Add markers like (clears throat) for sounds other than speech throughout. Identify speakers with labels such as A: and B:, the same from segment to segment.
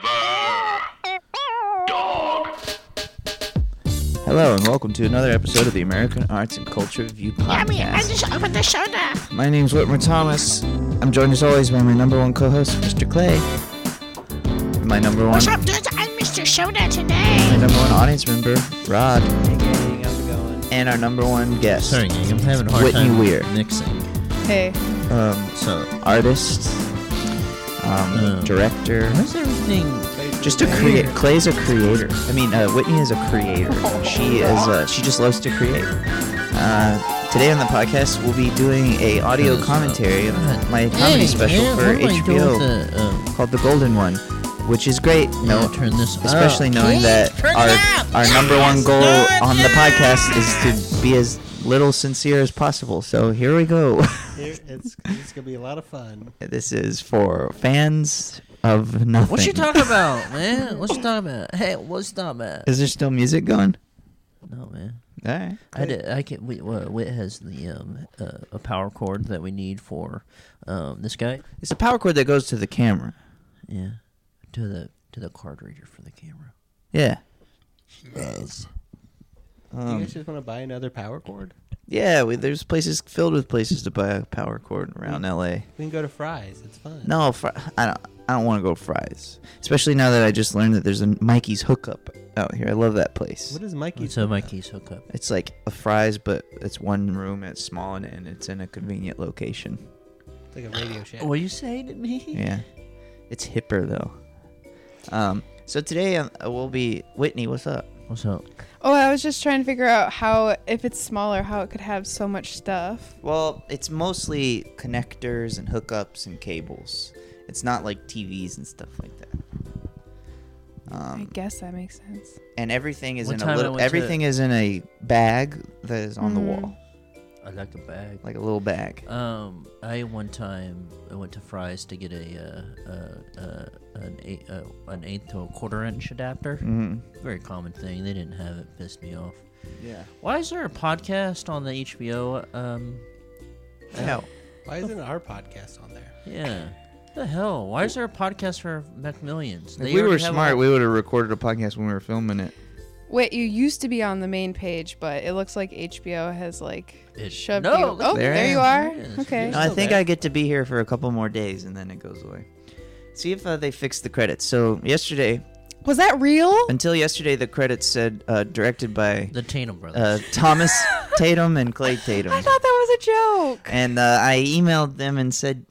A: Forever. Dog.
B: Hello, and welcome to another episode of the American Arts and Culture Review
C: Mommy, I
B: Podcast.
C: just opened the soda.
B: My name's Whitmer Thomas. I'm joined as always by my number one co host, Mr. Clay. My number one,
C: What's up, dudes? I'm Mr. Soda
B: my
C: today.
B: number one audience member, Rod. And our number one guest,
D: Sorry, gang, I'm having a hard
B: Whitney
D: time
B: Weir.
D: mixing.
E: Hey,
B: um,
D: So,
B: artist, um,
D: Um,
B: director.
D: where's everything?
B: Just a create. Clay's a creator. I mean, uh, Whitney is a creator. She is. Uh, she just loves to create. Uh, today on the podcast, we'll be doing a audio commentary of my comedy
D: Hey,
B: special
D: man,
B: for
D: what am I doing
B: HBO
D: with the, um,
B: called The Golden One, which is great.
D: no,
B: No,
D: turn this.
B: especially
D: up.
B: knowing that our our number one goal on the podcast is to be as little sincere as possible. So here we go. (laughs)
F: Here, it's it's gonna be a lot of fun.
B: this is for fans of nothing.
D: What you (laughs) talking about, man? What you talking about? Hey, what you talking about?
B: (laughs) Is there still music going?
D: No, man.
B: All right.
D: I did. I can. We, uh, Whit has the um uh, a power cord that we need for um this guy.
B: It's a power cord that goes to the camera.
D: Yeah, to the to the card reader for the camera.
B: Yeah.
F: Do you guys just want to buy another power cord?
B: Yeah, we, there's places filled with places to buy a power cord around LA.
F: We can go to Fry's. It's fun.
B: No, fr- I don't. I don't want to go to fries, especially now that I just learned that there's a Mikey's hookup out here. I love that place.
F: What is Mikey's?
D: So Mikey's hookup.
B: It's like a fries, but it's one room. It's small and, and it's in a convenient location.
F: It's like a Radio Shack.
D: What you say to me?
B: Yeah, it's hipper though. Um, so today um, we'll be Whitney. What's up?
D: What's up?
E: Oh, I was just trying to figure out how, if it's smaller, how it could have so much stuff.
B: Well, it's mostly connectors and hookups and cables. It's not like TVs and stuff like that.
E: I
B: Um,
E: guess that makes sense.
B: and everything is
D: One
B: in
D: time I
B: a little.
D: went to-
B: Everything is in a bag that is on the wall,
D: I like a bag.
B: like a little bag.
D: Um, I one time I went to Fry's to get a uh, uh, uh, an eight uh, an eighth to a quarter inch adapter.
B: Mm-hmm.
D: Very common thing. They didn't have it. Pissed me off.
B: Yeah.
D: Why is there a podcast on the HBO? Um,
B: Hell,
F: Why isn't our podcast on there?
D: yeah. The hell? Why is there a podcast for Macmillions?
B: if we were smart, we would have recorded a podcast when we were filming it.
E: Wait, you used to be on the main page, but it looks like HBO has like
D: It-
E: shoved
D: No,
E: you.
D: look,
E: Oh,
B: there
E: there,
B: it is.
E: you are.
D: There it is.
E: Okay.
B: No, I
F: still
B: think
F: there.
B: I get to be here for a couple more days, and then it goes away. See if uh, they fix the credits. So yesterday,
E: Was that real?
B: until yesterday, the credits said uh, directed by
D: the Tatum brothers.
B: uh, Thomas Tatum and Clay Tatum.
E: (laughs) I thought that was a joke.
B: and uh, I emailed them and said,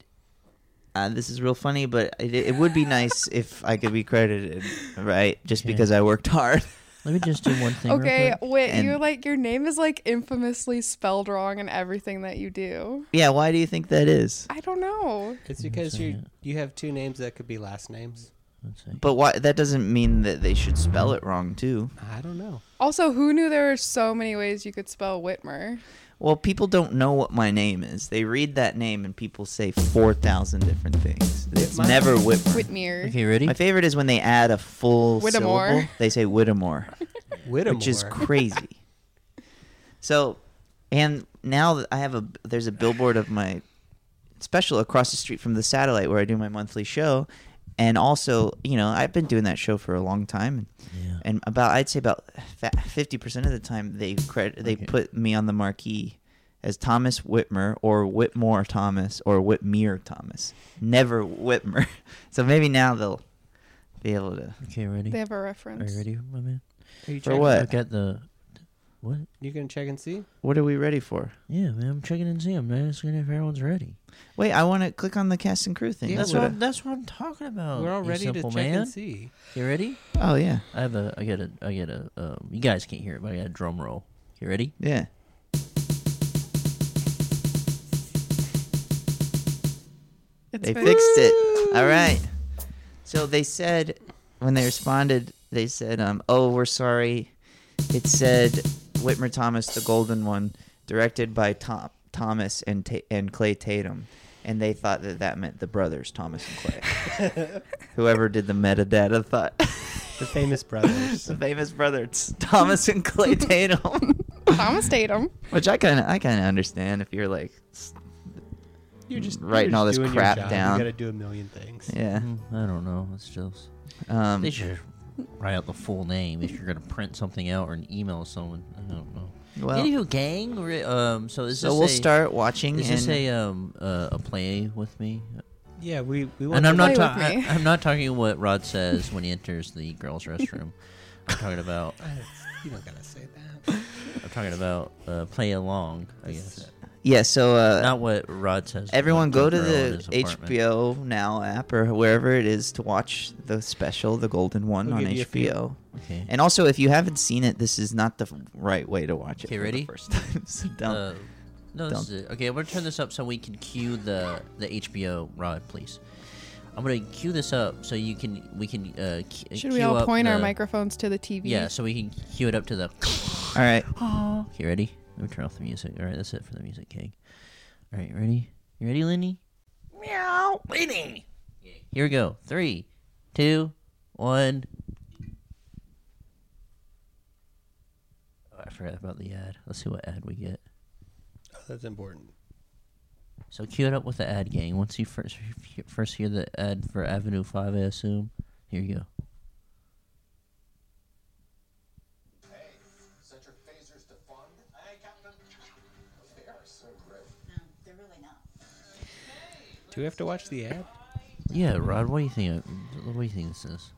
B: uh, "This is real funny, but it, it would be nice if I could be credited, right? Just
D: Okay.
B: because I worked hard." (laughs)
D: Let me just do one thing. real
E: Okay,
D: quick.
E: wait, you're
B: And-
E: like, your name is like infamously spelled wrong in everything that you do.
B: yeah, why do you think that is?
E: I don't know.
F: It's because
D: sorry.
F: you you have two names that could be last names.
D: Let's see.
B: But why? That doesn't mean that they should spell it wrong too.
F: I don't know.
E: Also, who knew there were so many ways you could spell Whitmer?
B: Well, people don't know what my name is. They read that name and people say four thousand different things. It's
F: My-
B: never Whitmer.
E: Whitmer.
D: Okay, ready?
B: My favorite is when they add a full
E: Whittemore.
B: syllable. They say Whittemore.
F: Whittemore.
B: which is crazy. so, and now that I have a there's a billboard of my special across the street from the satellite where I do my monthly show, and also you know I've been doing that show for a long time,
D: Yeah.
B: and about I'd say about fifty percent of the time they credit they
D: Okay.
B: put me on the marquee as Thomas Whitmer or Whitmore Thomas or Whitmere Thomas, never Whitmer. (laughs) so maybe now they'll be able to.
D: Okay, ready?
E: They have a
D: Are
E: reference.
D: you ready, my man?
F: Are you
B: For
F: checking-
B: what?
D: Look at the what?
F: You gonna check and see?
B: What are we ready for?
D: Yeah, man, I'm checking and seeing. Man, asking if everyone's ready.
B: Wait, I want to click on the cast and crew thing.
F: Yeah,
B: That's
D: That's
B: what.
D: what
B: I-
D: I'm, that's what I'm talking about.
F: We're all
D: Oh, you
F: ready
D: simple
F: to check
D: man.
F: and see.
D: You ready?
B: Oh yeah,
D: I have a. I got a. I got a. Um, you guys can't hear it, but I got a drum roll. You ready?
B: yeah.
E: It's
B: They
E: very-
B: fixed it. All right. So they said when they responded, they said, um, "Oh, we're sorry." It said Whitmer Thomas, the Golden One, directed by Tom Thomas and Ta- and Clay Tatum, and they thought that that meant the brothers Thomas and Clay. Whoever did the metadata thought (laughs)
F: The (laughs) famous brothers.
B: the famous brothers Thomas and Clay Tatum.
E: (laughs) Thomas Tatum.
B: Which I kind of I kind of understand if you're like s-
F: You're just
B: writing
F: you're
B: all this
F: just doing your
B: crap
F: job.
B: down.
F: You gotta do a million things.
B: Yeah.
D: Mm, I don't know. It's just
B: Um,
D: they should write out the full name if you're gonna print something out or an email someone. I don't know.
B: Well-
D: Anywho, gang. we're- Um, so is
B: so
D: this
B: we'll
D: a-
B: start watching.
D: Is
B: and
D: this a um uh, a play with me?
F: Yeah, we we want.
D: And I'm
E: play
D: not
E: with
D: talking.
E: me.
D: I'm not talking what Rod says when he enters the girls' restroom. I'm talking about.
F: You don't gotta say that.
D: I'm talking about uh, play along. I guess
B: yeah. So uh,
D: not what Rod says. but
B: everyone
D: the
B: go to
D: girl in
B: the
D: his apartment.
B: HBO Now app or wherever it is to watch the special, the Golden One
F: We'll
B: on
F: give you a few.
B: HBO.
D: Okay.
B: And also, if you haven't seen it, this is not the f- right way to watch it.
D: Okay,
B: for the
D: ready?
B: first time. (laughs) so don't.
D: Uh, no, this
B: Dumb.
D: is it. Okay, I'm gonna turn this up so we can cue the the HBO Rod, please. I'm gonna cue this up so you can we can uh, cu-
E: Should we
D: cue
E: all
D: up
E: point our
D: the-
E: microphones to the TV?
D: Yeah, so we can cue it up to the.
B: All
D: (gasps)
B: right.
D: Okay, ready? Let me turn off the music. All right, that's it for the music, King. All right, ready? You ready, Lenny? Meow, Lenny. Here we go. Three, two, one. Oh, I forgot about the ad. Let's see what ad we get.
F: Oh, that's important.
D: So cue it up with the ad, gang. Once you first first hear the ad for Avenue Five, I assume. Here you go.
G: Set your phasers to fun. Hey, Captain. They are so great.
H: They're really not.
F: Do we have to watch the ad?
D: Yeah, Rod, what do you think? What do you think this is?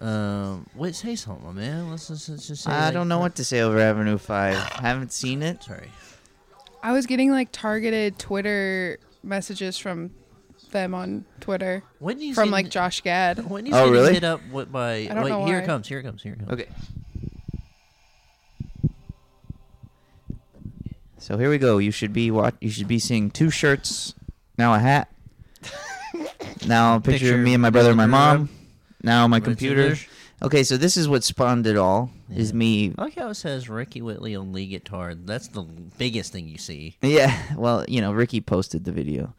D: Um, wait, say something, my man. Let's, let's, let's just say.
B: I
D: like-
B: don't know what to say over Avenue Five. I haven't seen it.
D: Sorry.
E: I was getting like targeted Twitter messages from them on Twitter
D: Whitney's
E: from
D: getting-
E: like Josh Gad.
D: Whitney's
B: Oh,
D: getting
B: really?
D: Hit up with by.
E: I don't
D: wait,
E: know
D: here
E: why.
D: it comes. Here it comes. Here it comes.
B: Okay. So here we go. You should be what? You should be seeing two shirts, now a (laughs) hat. now a picture,
D: Picture
B: of me and my brother and my mom.
D: Rod.
B: Now my
D: Rod's in
B: computer. Okay, so this is what spawned it all. Is me
D: I like how it says Ricky Whitley on lead guitar. That's the biggest thing you see.
B: Yeah, well, you know, Ricky posted the video.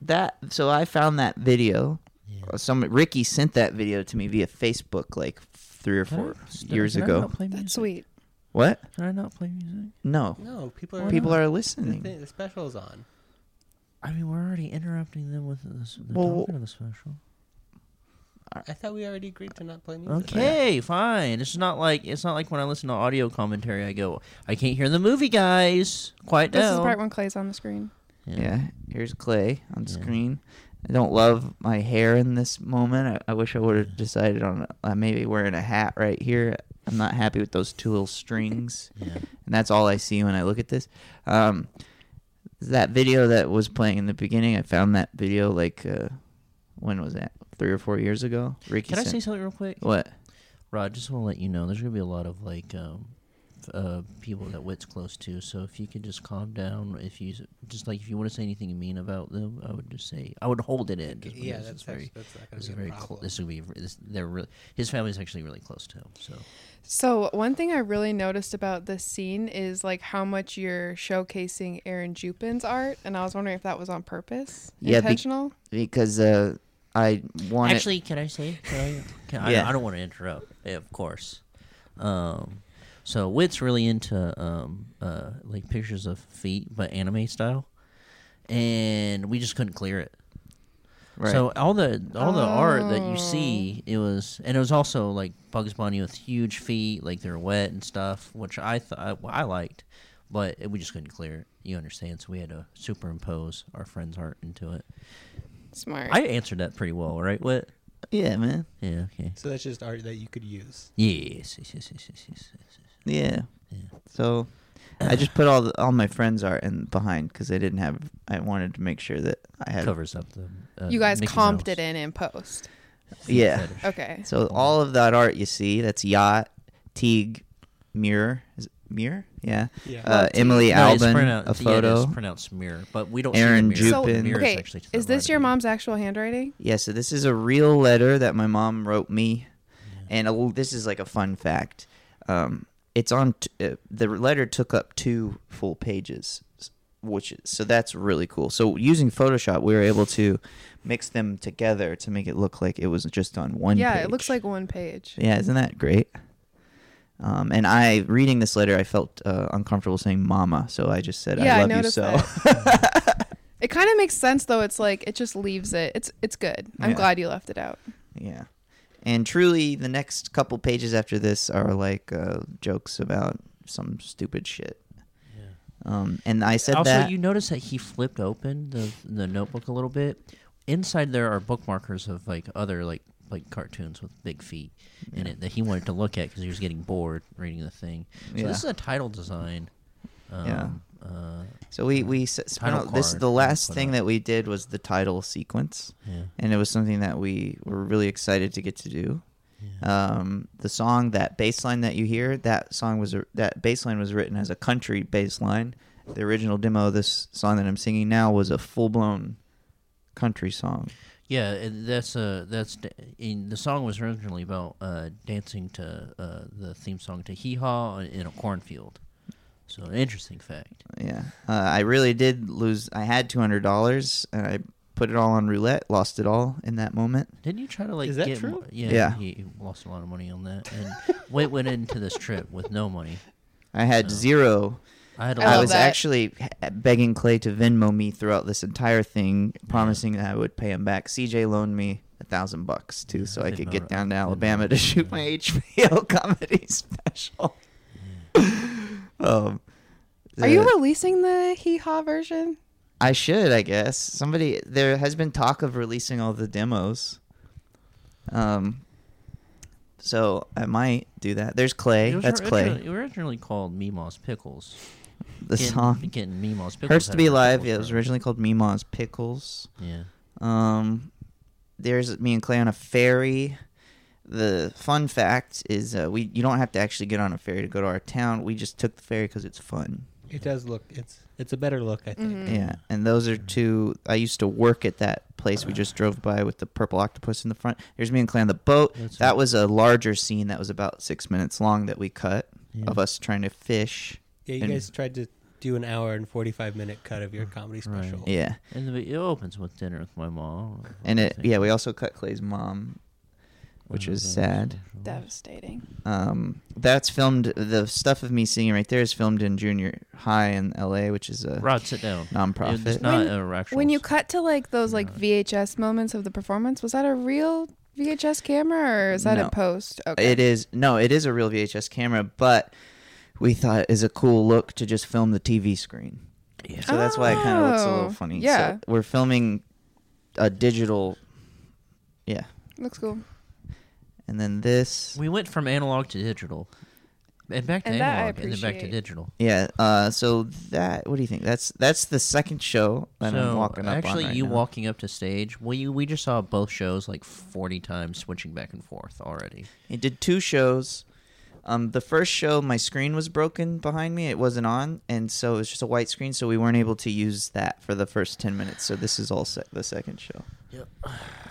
B: That so I found that video. Uh, Some Ricky sent that video to me via Facebook like three or four years ago.
E: That's sweet.
B: What?
D: Can I not play music?
B: No,
F: No, people are
B: people are
F: The,
B: listening.
F: thing, the special's on.
D: I mean, we're already interrupting them with this. They're
B: Well,
D: talking of the special.
F: I thought we already agreed to not play music.
D: Okay, fine. It's not like it's not like when I listen to audio commentary, I go, I can't hear the movie, guys. Quiet
E: This is
D: down.
E: the part when Clay's on the screen.
B: Yeah, here's Clay on screen. I don't love my hair in this moment. I, I wish I would have decided on uh, maybe wearing a hat right here. I'm not happy with those two little strings.
D: Yeah.
B: and that's all I see when I look at this. Um, that video that was playing in the beginning, I found that video like uh, when was that? Three or four years ago. Ricky,
D: Can I
B: sent-
D: say something real quick?
B: what?
D: Rod, just want to let you know there's going to be a lot of like um, f- uh, people that Wit's close to. So if you could just calm down, if you s- just like if you want to say anything mean about them, I would just say I would hold it in. Just
F: Yeah,
D: because
F: that's
D: it's very,
F: actually, that's not gonna
D: this
F: be
D: is
F: a
D: very
F: problem.
D: cl- this will be re- this, they're really his family's actually really close to him. So
E: So one thing I really noticed about this scene is like how much you're showcasing Aaron Jupin's art, and I was wondering if that was on purpose,
B: Yeah, be-
E: intentional.
B: Because uh, I wanted.
D: actually, can I say? Can I, can,
B: Yeah.
D: I, I don't want to interrupt. Yeah, of course. Um, so Wit's really into um, uh, like pictures of feet, but anime style, and we just couldn't clear it.
B: right. Oh.
D: So all the all the art that you see, it was, and it was also like Bugs Bunny with huge feet, like they're wet and stuff, which I thought well, I liked, but it, we just couldn't clear it. You understand? So we had to superimpose our friend's art into it.
E: Smart.
D: I answered that pretty well, right? What?
B: yeah, man.
D: Yeah. Okay.
F: So that's just art that you could use.
D: Yes. Yes. Yes. Yes. Yes. yes, yes, yes.
B: Yeah. So I just put all the, all my friends' art in behind because I didn't have. I wanted to make sure that I had.
D: Covers up the. Uh,
E: you guys
D: Mickey's
E: comped
D: mouse
E: it in in post.
D: feet
B: Yeah.
D: fetish.
E: Okay.
B: So all of that art you see, that's yacht, Teague, mirror, is it mirror, yeah,
F: Yeah.
B: Uh, Emily
D: No, it's
B: Albin,
D: pronoun-
B: a
D: Yeah,
B: photo.
D: it's pronounced mirror, but we don't.
B: Aaron
D: see the mirror.
E: so
B: Jupin.
D: The mirror
E: okay,
D: actually to the
E: is this
D: right
E: your
D: of you.
E: mom's actual handwriting?
B: Yeah, so this is a real letter that my mom wrote me, and a l this is like a fun fact. Um, it's on t- uh, the letter took up two full pages, s- which is, so that's really cool. So using Photoshop, we were able to mix them together to make it look like it was just on one.
E: Yeah,
B: page.
E: it looks like one page.
B: Yeah, isn't that great? Um, and I, reading this letter, I felt uh, uncomfortable saying "mama," so I just said,
E: Yeah, I
B: "I love you."
E: noticed
B: So, (laughs)
E: It kind of makes sense though. It's like it just leaves it. It's it's good. I'm
B: Yeah.
E: glad you left it out.
B: yeah. And truly, the next couple pages after this are like uh, jokes about some stupid shit. Um, and I said
D: also,
B: that.
D: you notice that he flipped open the the notebook a little bit. Inside there are bookmarkers of like other like like cartoons with big feet in it that he wanted to look at because he was getting bored reading the thing. So
B: Yeah.
D: this is a title design. Um,
B: Yeah.
D: Uh,
B: So we we s- spent,
D: Title
B: all- this is
D: card
B: the
D: and
B: last
D: put
B: thing
D: up.
B: that we did was the title sequence,
D: yeah.
B: and it was something that we were really excited to get to do. Um, the song that bass line that you hear that song was a- that bass line was written as a country bass line. The original demo of this song that I'm singing now was a full blown country song.
D: Yeah, and that's uh that's da- in, the song was originally about uh, dancing to uh, the theme song to Hee Haw in a cornfield. So an interesting fact.
B: Yeah, uh, I really did lose. I had two hundred dollars, and I put it all on roulette. Lost it all in that moment.
D: Didn't you try to like
F: Is that
D: get
F: true?
D: mo- yeah,
B: Yeah.
D: He, he lost a lot of money on that, and (laughs) Wit went into this trip with no money.
B: I had zero
D: I had a
E: I
B: I
E: love
B: was
E: that.
B: actually h- begging Clay to Venmo me throughout this entire thing, promising that I would pay him back. CJ loaned me a thousand bucks too, so I could
D: Venmo-
B: get down to Alabama to shoot my HBO comedy (laughs) special. um,
E: Are you
B: the-
E: releasing the hee haw version?
B: I should, I guess. Somebody there has been talk of releasing all the demos. Um, so I might do that. There's Clay.
D: It was
B: That's
D: originally,
B: Clay.
D: It was originally called Meemaw's Pickles.
B: The
D: Getting-
B: song.
D: getting Meemaw's Pickles.
B: Hurts
D: had
B: to
D: a
B: be
D: real
B: alive.
D: pickles
B: Yeah, it was
D: brand.
B: originally called Mima's Pickles.
D: Yeah.
B: Um, there's me and Clay on a ferry. The fun fact is, uh, we you don't have to actually get on a ferry to go to our town. We just took the ferry because it's fun.
F: It does look. It's it's a better look, I think.
D: Mm.
B: Yeah, and those are two. I used to work at that place we
D: Uh.
B: just drove by with the purple octopus in the front. There's me and Clay on the boat.
D: That's
B: that
D: right.
B: was a larger scene that was about six minutes long that we cut
D: Yeah.
B: of us trying to fish.
F: Yeah, you
B: And-
F: guys tried to do an hour and forty five minute cut of your comedy
D: Right.
F: special.
B: Yeah,
D: And the, it opens with dinner with my mom. or
B: and it
D: something.
B: yeah we also cut Clay's mom, which
D: Uh,
B: was
D: that
B: sad.
E: Devastating.
B: um, that's filmed. The stuff of me singing right there is filmed in junior high in L.A., which is a
D: Rod, sit down.
B: nonprofit.
D: It's not
E: When-
D: a actual.
E: When you cut to like those like VHS moments of the performance, was that a real VHS camera or is that
B: No.
E: a post? Okay.
B: It is no, it is a real VHS camera, but we thought it is a cool look to just film the TV screen. So that's why it kind of looks a
E: Oh,
B: little funny.
E: yeah.
B: So we're filming a digital. Yeah,
E: Looks cool.
B: and then this.
D: we went from analog to digital, and back to
E: And that I
D: analog, and then back to
E: appreciate.
D: digital.
B: Yeah. Uh, so that. What do you think? That's that's the second show that I'm
D: so
B: walking up
D: actually,
B: on right
D: you
B: now.
D: walking up to stage, we we just saw both shows like forty times switching back and forth already.
B: It did two shows. Um, the first show, my screen was broken behind me; it wasn't on, and so it was just a white screen, so we weren't able to use that for the first ten minutes. So this is all set the second show. Yep.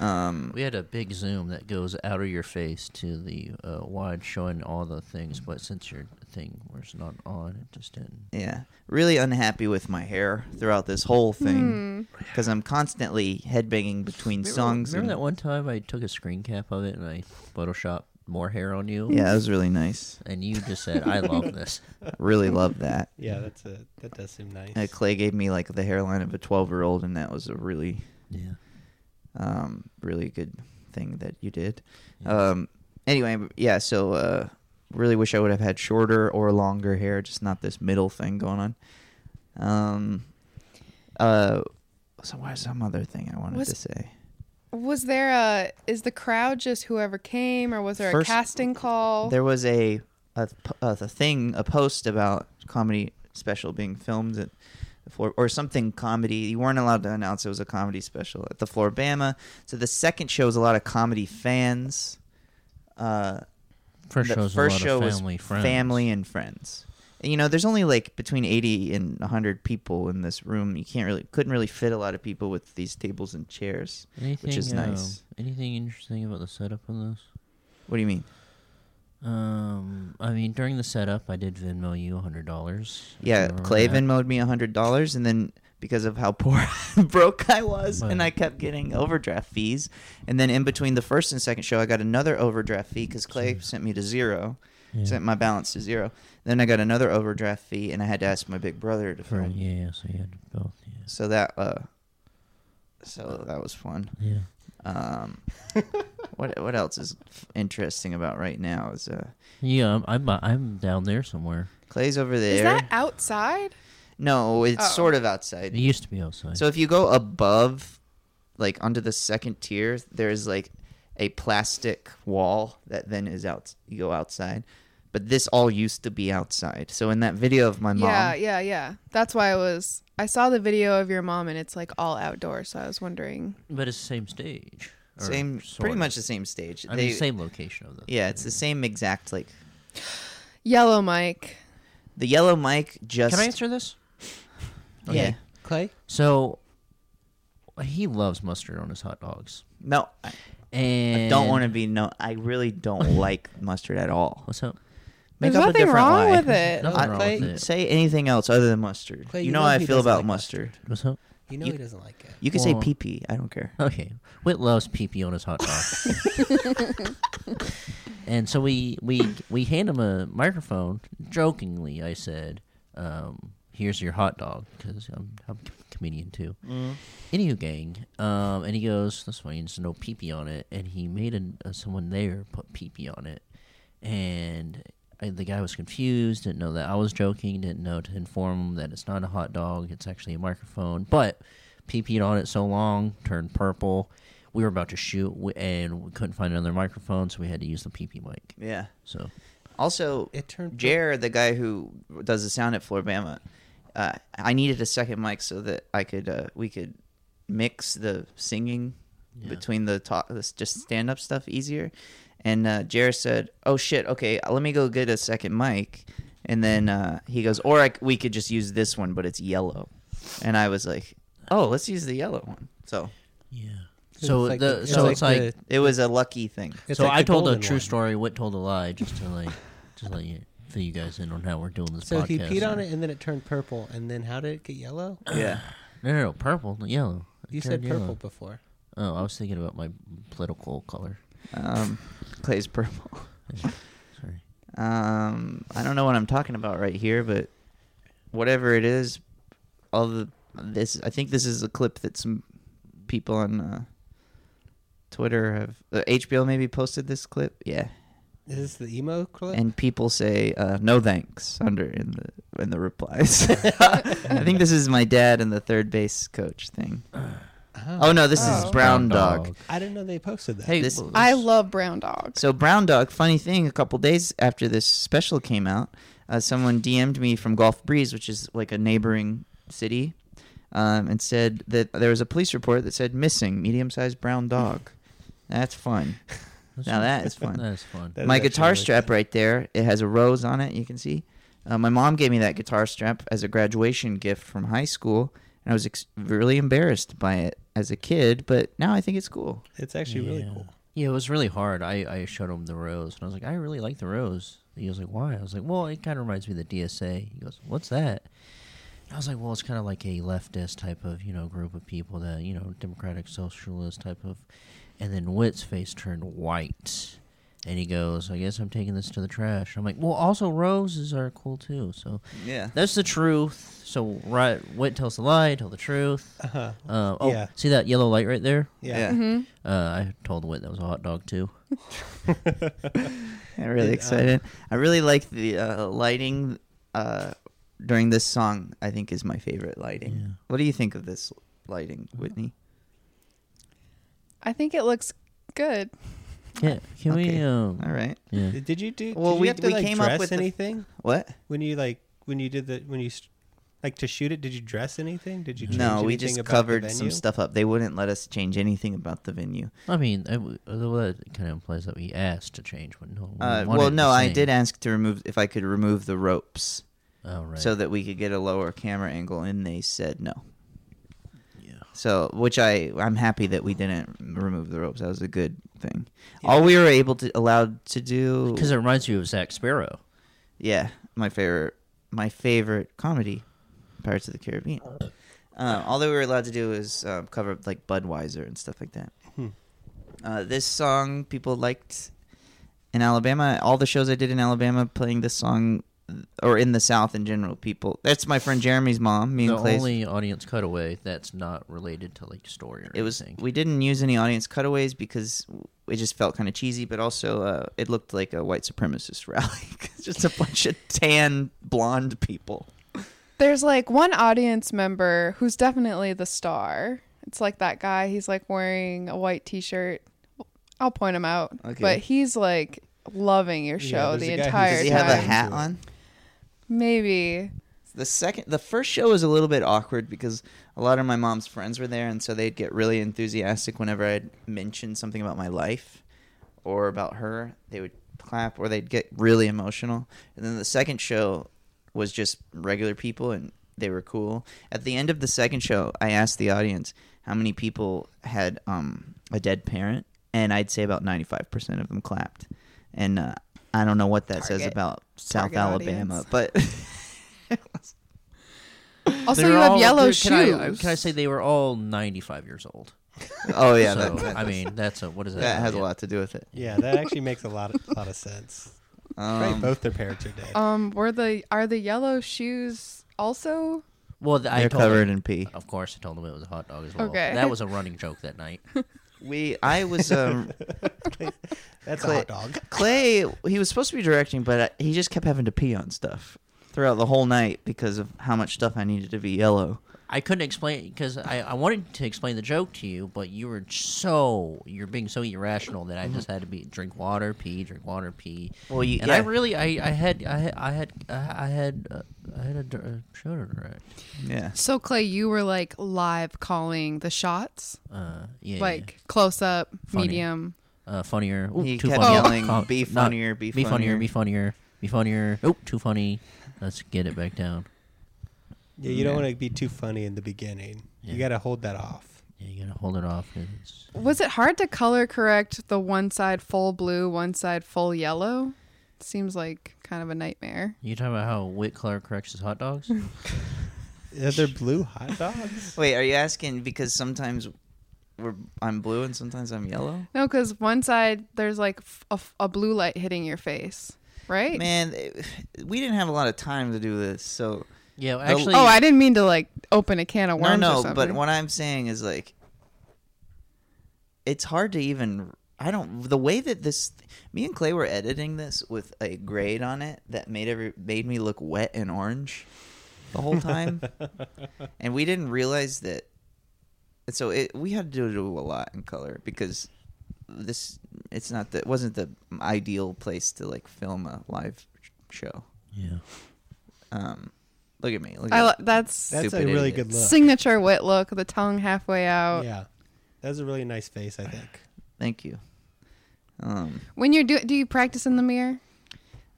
B: Um,
D: We had a big zoom that goes out of your face to the uh, wide, showing all the things. But since your thing was not on, it just didn't.
B: yeah, really unhappy with my hair throughout this whole thing because I'm constantly headbanging between
D: Remember,
B: songs.
D: remember that
B: and-
D: one time I took a screen cap of it and I photoshopped more hair on you?
B: Yeah, that was really
D: (laughs)
B: nice.
D: And you just said, "I love this."
B: Really love that.
F: Yeah, that's a that does seem nice.
B: Uh, Clay gave me like the hairline of a 12 year old, and that was a really
D: Yeah.
B: um, really good thing that you did. Um, anyway, yeah, so uh, really wish I would have had shorter or longer hair, just not this middle thing going on. Um, uh, so why some other thing I wanted
E: Was-
B: to say?
E: Was there a is the crowd just whoever came or was there
B: First-
E: a casting call?
B: There was a a, p- a a thing a post about comedy special being filmed at the floor or something comedy. You weren't allowed to announce it was a comedy special at the Floribama. So the second show was a lot of comedy fans. Uh,
D: First
B: the
D: show was
B: first
D: a lot
B: show
D: of family
B: was
D: friends.
B: family and friends. And, you know, there's only like between 80 and 100 people in this room. You can't really couldn't really fit a lot of people with these tables and chairs,
D: Anything,
B: which is
D: um,
B: nice.
D: Anything interesting about the setup on this?
B: What do you mean?
D: Um, I mean, during the setup, I did Venmo you hundred dollars.
B: Yeah, Clay Venmoed me $100 and then because of how poor (laughs) broke I was and I kept getting overdraft fees. And then in between the first and second show, I got another overdraft fee cuz Clay sent me to zero. sent my balance to zero. Then I got another overdraft fee, and I had to ask my big brother to
D: For,
B: film.
D: yeah, so you had both. Yeah.
B: So that, uh, so that was fun.
D: yeah. (laughs)
B: Um, what what else is f- interesting about right now is uh,
D: Yeah, I'm, I'm I'm down there somewhere.
B: Clay's over
E: Is
B: there.
E: that outside?
B: no, it's
E: Oh.
B: sort of outside.
D: It used to be outside.
B: So if you go above, like onto the second tier, there's like a plastic wall that then is out. You go outside, but this all used to be outside. So in that video of my mom,
E: Yeah, yeah, yeah. That's why I was. I saw the video of your mom, and it's like all outdoors. So I was wondering.
D: but it's the same stage. or
B: same,
D: sort
B: pretty
D: of.
B: much the same stage.
D: I mean, same location of the.
B: Yeah, it's the same exact like
E: Yellow Mike.
B: the yellow mic. Just
D: Can I answer this?
B: (laughs) Yeah.
F: Clay?
D: So he loves mustard on his hot dogs,
B: No, I
D: and
B: I don't want to be no. I really
D: (laughs)
B: don't like mustard at all.
D: What's up?
E: There's nothing wrong with it.
D: Nothing
B: I-
D: wrong
F: Clay-
D: with it.
B: Say anything else other than mustard.
F: Clay,
B: you,
F: you
B: know
F: know
B: how I
F: he
B: feel
F: doesn't
B: about
F: like
B: mustard.
D: What's up?
F: You know
B: You-
F: he doesn't like it.
B: You can
D: Well-
B: say PP. I don't care.
D: (laughs) Okay, Whit loves pee pee on his hot dog, and so we we we hand him a microphone. Jokingly, I said, um, "Here's your hot dog," because I'm, I'm a comedian too. Anywho, gang, um, and he goes, "That's fine. There's no pee pee on it." And he made an, uh, someone there put pee pee on it, and. I, the guy was confused, didn't know that I was joking, didn't know to inform him that it's not a hot dog, it's actually a microphone. But PP'd on it so long, turned purple. We were about to shoot, w- and we couldn't find another microphone, so we had to use the PP mic.
B: Yeah.
D: So
B: Also,
F: It turned-
B: Jer, the guy who does the sound at Floribama, uh, I needed a second mic so that I could uh, we could mix the singing between the talk, this just stand up stuff easier. And uh, Jer said, "Oh shit, okay, let me go get a second mic." And then uh, he goes, "Or I c we could just use this one, but it's yellow." And I was like, "Oh, let's use the yellow one." So
D: yeah, so
F: it's like
D: the,
F: the-
D: so
F: it's
D: it's
F: like
D: like,
F: the-
B: it was a lucky thing.
F: It's
D: so
F: like
D: I
F: the
D: told a
F: golden
D: true
F: one.
D: story. Whit told a lie, just to like just let you fill you guys in on how we're doing this.
F: So
D: podcast.
F: he peed on it and then it turned purple. And then how did it get yellow?
B: Yeah.
D: No, no, no purple, not yellow. It
F: You said
D: turned yellow.
F: purple before.
D: Oh, I was thinking about my political color.
B: Um, Clay's purple.
D: Sorry.
B: Um, I don't know what I'm talking about right here, but whatever it is, all the this I think this is a clip that some people on uh, Twitter have uh, HBO maybe posted this clip. Yeah,
F: Is this the emo clip?
B: and people say uh, no thanks under in the in the replies. (laughs) I think this is my dad and the third base coach thing. (sighs) Oh no, this is
E: Oh.
B: Brown Dog.
F: I didn't know they posted that.
D: Hey,
B: This-
D: well,
E: I love brown dogs.
B: So Brown Dog, funny thing, a couple days after this special came out, uh, someone DM'd me from Gulf Breeze, which is like a neighboring city, um, and said that there was a police report that said missing medium-sized brown dog. That's fun.
D: that's
B: now that is fun.
D: That's fun.
F: (laughs) That
B: my
F: is actually
B: guitar
F: really
B: strap
F: fun.
B: right there, it has a rose on it. You can see. Uh, my mom gave me that guitar strap as a graduation gift from high school, and I was ex- really embarrassed by it as a kid. But now I think it's cool.
F: It's actually really cool.
D: Yeah, it was really hard. I, I showed him the rose, and I was like, I really like the rose. He was like, Why? I was like, Well, it kind of reminds me of the DSA. He goes, What's that? And I was like, Well, it's kind of like a leftist type of you know group of people that you know democratic socialist type of. And then Witt's face turned white, and he goes, I guess I'm taking this to the trash. I'm like, Well, also roses are cool too. So
B: Yeah.
D: that's the truth. So right, Witt tells the lie, tell the truth.
F: Uh-huh.
D: Uh, oh,
F: Yeah.
D: see that yellow light right there?
F: Yeah.
D: Uh, I told Witt that was a hot
B: (laughs)
D: dog too.
B: I'm really
D: uh,
B: excited. I really like the uh, lighting uh, during this song. I think is my favorite lighting.
D: Yeah.
B: What do you think of this lighting, Whitney?
E: I think it looks good.
D: Yeah, can
B: Okay.
D: we? Um,
B: All right.
D: yeah.
F: Did- Did you do?
B: Well,
F: did you
B: we-
F: have to,
B: we
F: like,
B: came up
F: dress
B: with the-
F: anything
B: What?
F: when you like when you did the when you s- like to shoot it. Did you dress anything? Did you change
B: No, we
F: anything
B: just
F: about the
B: covered some
F: venue?
B: stuff up. They wouldn't let us change anything about the venue.
D: I mean, I w- although that kind of implies that we asked to change, but no. we
B: Uh,
D: wanted
B: well,
D: the
B: no, I
D: same.
B: did ask to remove if I could remove the ropes
D: Oh right.
B: so that we could get a lower camera angle, and they said no.
D: yeah.
B: So, which I I'm happy that we didn't remove the ropes. That was a good thing. All we were able to allowed to do
D: Because it reminds you of Zach Sparrow.
B: Yeah, my favorite, my favorite comedy, Pirates of the Caribbean.
D: Oh.
B: Uh, all they were allowed to do is uh, cover up
D: Hmm.
B: like Budweiser and stuff like that. Uh, this song people liked. in Alabama, all the shows I did in Alabama playing this song, or in the South in general, people. That's my friend Jeremy's mom. Me
D: The
B: and Clay's.
D: only audience cutaway that's not related to like story or
B: it was
D: anything.
B: we didn't use any audience cutaways because it just felt kind of cheesy but also uh, it looked like a white supremacist rally (laughs) 'Cause just a bunch of tan blonde people
E: There's like one audience member who's definitely the star. It's like that guy. He's like wearing a white T-shirt. I'll point him out,
B: Okay.
E: but he's like loving your
F: Yeah,
E: show
F: there's
E: the
F: a guy who's-
E: entire
B: does he
E: time.
B: have a hat on
E: Maybe.
B: the second the first show was a little bit awkward because a lot of my mom's friends were there and so they'd get really enthusiastic whenever i'd mention something about my life or about her they would clap or they'd get really emotional and then the second show was just regular people and they were cool at the end of the second show i asked the audience how many people had um, a dead parent and i'd say about 95% of them clapped and uh, i don't know what that says
E: Target-
B: about south
E: target
B: alabama
E: audience.
B: but
E: (laughs) Also,
D: They're
E: you have
D: all-
E: yellow
D: dude,
E: shoes.
D: Can I, uh, can I say they were all 95 years old?
B: Oh yeah,
D: so,
B: that, that-
D: I mean, that's a what is that?
B: that has a lot to do with it.
F: Yeah, that actually makes a lot of, lot of sense. Right,
B: (laughs) Um,
F: both their parents are dead.
E: Um, were the are the yellow shoes also?
D: Well, th- I
B: they're
D: told
B: covered
D: them,
B: in pee.
D: Of course, I told them it was a hot dog as well.
E: Okay.
D: That was a running joke that night.
B: We, I was (laughs) um,
F: That's
B: Clay-
F: a hot dog.
B: Clay. He was supposed to be directing, but I, he just kept having to pee on stuff throughout the whole night because of how much stuff I needed to be yellow.
D: I couldn't explain because I, I wanted to explain the joke to you, but you were so you're being so irrational that I just had to be drink water, pee, drink water, pee.
B: Mm-hmm. Well, you-
D: and
B: yeah.
D: I really I, I had I had I had I had uh, I had a, dir- a show to direct.
B: Yeah.
E: So Clay, you were like live calling the shots,
D: Uh, yeah,
E: like close up,
D: Funny.
E: medium.
D: uh, funnier. Oop,
B: He
D: too
B: kept
D: funny.
B: yelling,
D: Oh,
B: "Be
D: not-
B: funnier, be
D: be funnier,
B: funnier."
D: be funnier, be funnier." Oh, too funny. Let's get it back down.
F: Yeah, you don't want to be too funny in the beginning. You got to hold that off.
D: Yeah, you gotta hold it off. 'cause It's,
E: Was it hard to color correct the one side full blue, one side full yellow? Seems like kind of a nightmare.
D: you talking about how Whit Clark corrects his
B: (laughs)
D: hot dogs?
F: Are there blue hot dogs?
B: Wait, are you asking because sometimes we're I'm blue and sometimes I'm yellow?
E: No, because one side there's like f- a, f- a blue light hitting your face, right?
B: Man, it- we didn't have a lot of time to do this, so
D: yeah, actually.
E: Oh, I didn't mean to like open a can of
B: no,
E: worms. or
B: no.
E: something.
B: But what I'm saying is like, it's hard to even. I don't. The way that this, me and Clay were editing this with a grade on it that made every made me look wet and orange, the whole
E: (laughs)
B: time, and we didn't realize that. And so it, we had to do a lot in color because this it's not the it wasn't the ideal place to like film a live show.
D: yeah.
B: Um, look at me. Look at (laughs)
E: I li- that's
F: That's
B: Stupid
F: a really
B: idiot.
F: good look.
E: signature wit look, the tongue halfway out.
F: Yeah, that's a really nice face.
B: (sighs)
F: I think.
B: Thank you. Um.
E: When you're do do you practice in the mirror?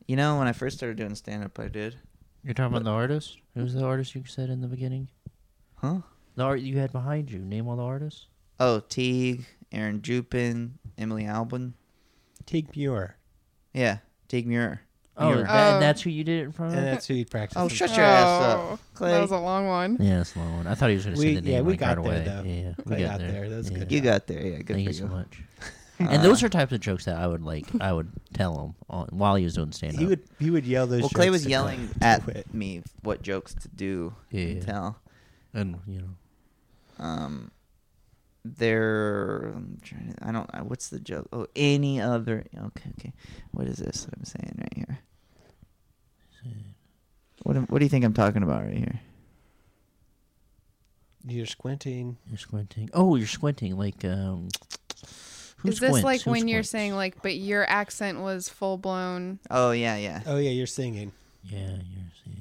B: You know, when I first started doing stand up, I did.
D: You're talking about the artist? Who's the artist you said in the beginning?
B: Huh?
D: The art you had behind you. Name all the artists.
B: Oh, Teague, Aaron Jupin, Emily Albin.
F: Take Muir,
B: Yeah, Teague Muir.
D: Oh,
B: Muir.
D: that-
E: Oh.
D: that's who you did it from.
F: and that's who you practice.
B: Oh,
F: in
B: shut
F: front
B: your ass up,
E: That
B: Clay.
E: was a long one.
D: yeah, that's the long one. I thought he was gonna say
F: We-
D: the name
F: yeah, we
D: like,
F: got
D: right
F: there,
D: away.
F: though.
D: Yeah,
F: We got there. That's
D: yeah.
F: good.
B: you got there. Yeah, good
D: Thank
B: for
D: you so
B: you.
F: (laughs)
D: much. and those are types of jokes that I would like. I would tell him on, while he was doing stand up.
F: of- He would he would yell those.
B: Well, Clay
F: jokes
B: was
F: to
B: yelling
F: Clay to quit.
B: at me what jokes to do
D: Yeah.
B: and tell.
D: and you know,
B: Um, there. I'm trying to. I don't. uh, What's the joke? Oh, any other. Okay, okay. What is this that I'm saying right here? What, am- what do you think I'm talking about right here?
F: You're squinting.
D: you're squinting. Oh, you're squinting like um. Who
E: Is this
D: squints?
E: like
D: Who
E: when you're
D: squints?
E: saying like, but your accent was full blown?
B: Oh, yeah, yeah.
F: Oh yeah, you're singing.
D: Yeah, you're saying.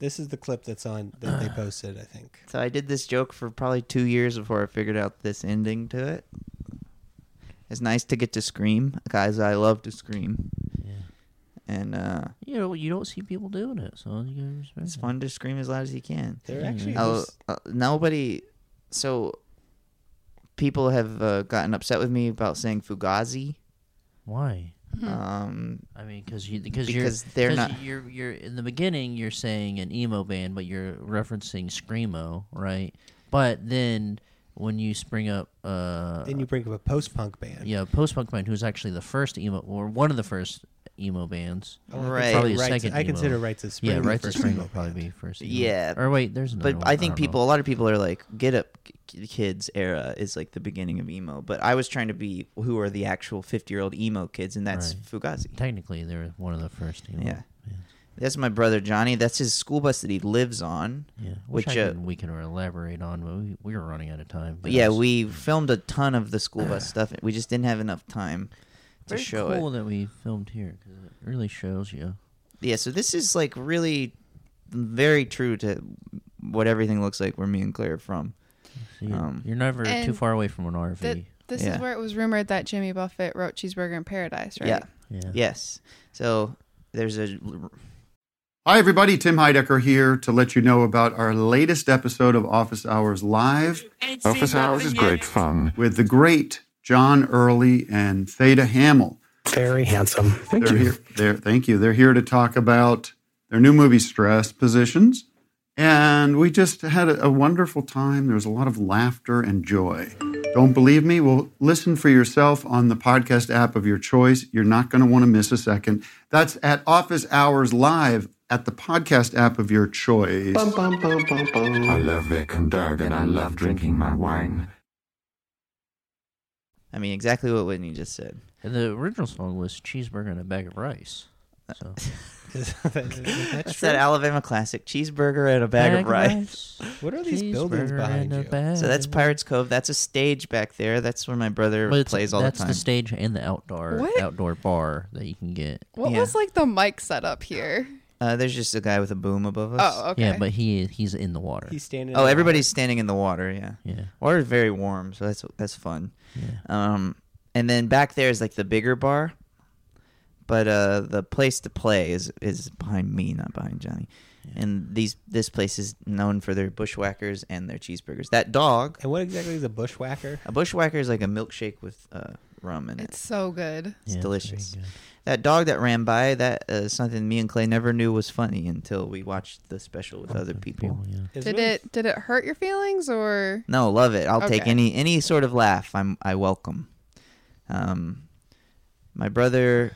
F: This is the clip that's on
D: (clears throat)
F: that they posted. I think.
B: So I did this joke for probably two years before I figured out this ending to it. It's nice to get to scream, guys. I love to scream,
D: Yeah.
B: and uh,
D: You know, you don't see people doing it, so you gotta respect
B: it's
D: it.
B: fun to scream as loud as you can.
F: They're
D: Mm-hmm.
F: actually.
B: Oh,
F: just-
B: uh, nobody. So people have uh, gotten upset with me about saying fugazi.
D: Why?
B: Um,
D: I mean, cause you, cause
B: Because
D: you're,
B: they're
D: 'cause
B: not-
D: You're, you're in the beginning. You're saying an emo band, but you're referencing screamo, right? But then when you spring up uh
F: Then you bring up a post punk band.
D: yeah post punk band who's actually the first emo or one of the first emo bands.
F: I don't
B: Right.
F: think
D: Probably
F: Rites-
D: a second.
F: I
D: emo.
F: consider Rites of Spring.
D: Yeah,
F: the
D: Rites of
F: first
D: Spring
F: emo
D: will probably
F: band.
D: be first. emo.
B: Yeah.
D: Or wait, there's another
B: But
D: one.
B: I think
D: don't know.
B: people, a lot of people are like, "Get Up K- Kids" era is like the beginning of emo. But I was trying to be who are the actual fifty-year-old emo kids, and that's Fugazi.
D: Technically, they were one of the first. Emo.
B: Yeah. That's my brother Johnny. That's his school bus that he lives on.
D: Yeah, which,
B: Which,
D: I
B: uh,
D: can, we can elaborate on, but we, we were running out of time.
B: But yeah,
D: guys.
B: we filmed a ton of the school bus stuff. We just didn't have enough time to
D: Very
B: show
D: cool
B: it.
D: that we filmed here because it really shows you.
B: Yeah, so this is like really very true to what everything looks like where me and Claire are from.
D: So you're,
B: Um,
D: you're never too
E: and
D: far away from an RV.
E: Th- this
B: Yeah.
E: is where it was rumored that Jimmy Buffett wrote Cheeseburger in Paradise, right?
B: Yeah.
D: yeah.
B: Yes. So there's a
H: Hi, everybody. Tim Heidecker here to let you know about our latest episode of Office Hours Live
A: Office hours is great fun.
H: with the great John Early and Theta Hamill.
I: Very handsome. Thank
H: They're
I: you.
F: (laughs)
H: here. They're, thank you. They're here to talk about their new movie, Stress Positions. And we just had a, a wonderful time. There was a lot of laughter and joy. Don't believe me? Well, listen for yourself on the podcast app of your choice. You're not going to want to miss a second. That's at Office Hours Live at the podcast app of your choice.
I: Bum, bum, bum, bum, bum.
A: I love Vic and Doug and I love drinking my wine.
B: I mean exactly what Whitney just said.
D: And the original song was Cheeseburger and a Bag
B: (laughs)
D: of Rice. So,
F: Is that- is that
B: That's
F: true?
B: that Alabama classic cheeseburger and a bag, of rice.
F: What are these buildings
D: cheeseburger
F: behind
D: and a
F: you?
D: bag
B: So that's
D: of-
B: Pirates Cove. That's a stage back there. That's where my brother
D: But it's-
B: plays all the
D: that's
B: time.
D: the stage and the outdoor
E: What?
D: outdoor bar that you can get.
E: What
B: Yeah.
E: was like the mic setup here?
B: uh, there's just a guy with a boom above us.
E: Oh, okay.
D: Yeah, but he he's in the water.
F: He's standing.
B: Oh,
F: in the
B: everybody's standing in the water. Yeah,
D: Yeah.
B: water is very warm, so that's that's fun. Um, and then back there is like the bigger bar, but uh, the place to play is is behind me, not behind Johnny. And these this place is known for their bushwhackers and their cheeseburgers. That dog,
F: And what exactly is a bushwhacker?
B: a bushwhacker is like a milkshake with uh, rum in it.
E: it's so
B: It's
E: good.
D: Yeah, it's very
B: delicious.
D: good.
B: That dog that ran by, that uh, is something me and Clay never knew was funny until we watched the special
D: Oh,
B: with other people.
D: Cool, yeah.
F: It's
E: Did
F: really-
E: it did it hurt your feelings or
B: No, love it. I'll take
E: Okay.
B: any any sort of laugh. I'm I welcome. Um, my brother.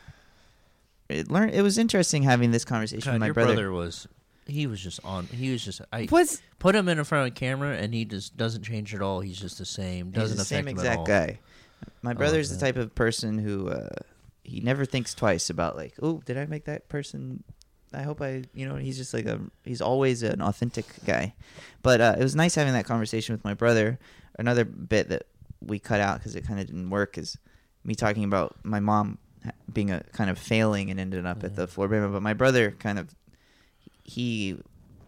B: It learned. It was interesting having this conversation
D: God,
B: with my
D: your
B: brother.
D: brother. was he was just on he was just I
E: was
D: put him in a front of camera and he just doesn't change at all. He's just the same.
B: He's
D: Doesn't
B: the
D: affect
B: same
D: him
B: exact
D: at all. Oh,
B: guy. My brother's the
D: that.
B: type of person who uh, he never thinks twice about like, oh, did I make that person? I hope I, you know, he's just like a he's always an authentic guy. But uh, it was nice having that conversation with my brother. Another bit that we cut out because it kind of didn't work is me talking about my mom ha- being a kind of failing and ended up at the floor band. But my brother kind of he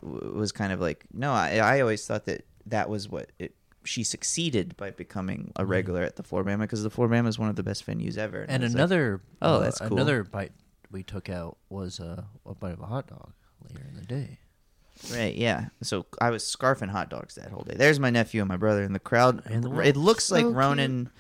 B: w- was kind of like, no, I, I always thought that that was what it. She succeeded by becoming a regular at the Floor Bama because the Floor Bama is one of the best venues ever. I
D: And
B: was like,
D: another
B: "Oh,
D: uh,
B: that's cool."
D: another bite we took out was uh, a bite of a hot dog later in the day.
B: right, yeah. So I was scarfing hot dogs that whole day. There's my nephew and my brother in the crowd.
D: And the
B: it looks like
E: So cute.
B: Ronan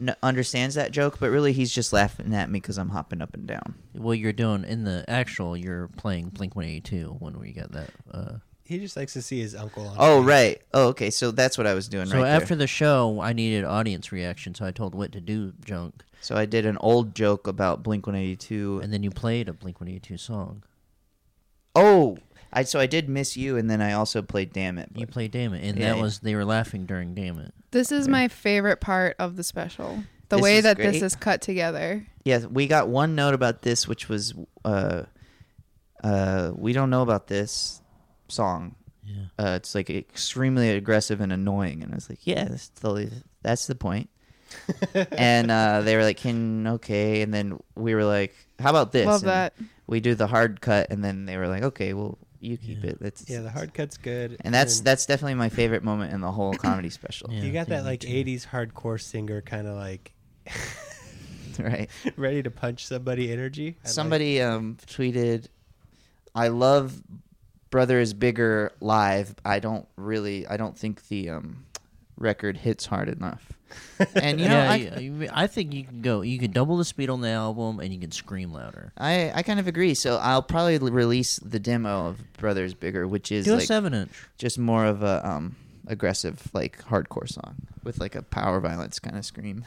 B: n- understands that joke, but really he's just laughing at me because I'm hopping up and down.
D: Well, you're doing in the actual you're playing Blink 182 when we got that uh,
F: He just likes to see his uncle on.
B: Oh, right. Oh, okay. So that's what I was doing.
D: So
B: right
D: after
B: there.
D: the show, I needed audience reaction, so I told Whit to do junk,
B: so I did an old joke about Blink 182
D: and then you played a Blink One Eighty Two song.
B: Oh, I so I did miss you, and then I also played Damn It.
D: You
B: but-
D: played Damn It, and
B: Yeah,
D: that
B: yeah.
D: was they were laughing during Damn It.
E: this is my favorite part of the special. The
B: This
E: way
B: is
E: that
B: great.
E: this is cut together.
B: yeah, we got one note about this, which was, uh, uh, we don't know about this song.
D: Yeah.
B: Uh, it's like extremely aggressive and annoying, and I was like, yeah, that's totally that's the
D: (laughs)
B: point. and uh, they were like, can okay, and then we were like, how about this?
E: Love
B: And
E: that.
B: We do the hard cut, and then they were like, okay, well, you keep it. That's
F: Yeah, the hard cut's good.
B: And that's that's definitely my favorite moment in the whole comedy special.
D: Yeah.
F: You got that
D: dude,
F: like '80s hardcore singer kind of like
B: (laughs)
F: (laughs)
B: Right.
F: ready to punch somebody energy. I like- (laughs)
B: Somebody um, tweeted, "I love Brother is Bigger live. I don't really, I don't think the um, record hits hard enough." And you know,
D: yeah,
F: (laughs)
B: I,
D: you- you- I think you can go. You can double the speed on the album, and you can scream louder.
B: I, I kind of agree. So I'll probably l- release the demo of Brothers Bigger, which is
D: Do a
B: like
D: seven inch.
B: just more of a um, aggressive like hardcore song with like a power violence kind of
D: (laughs)
B: scream.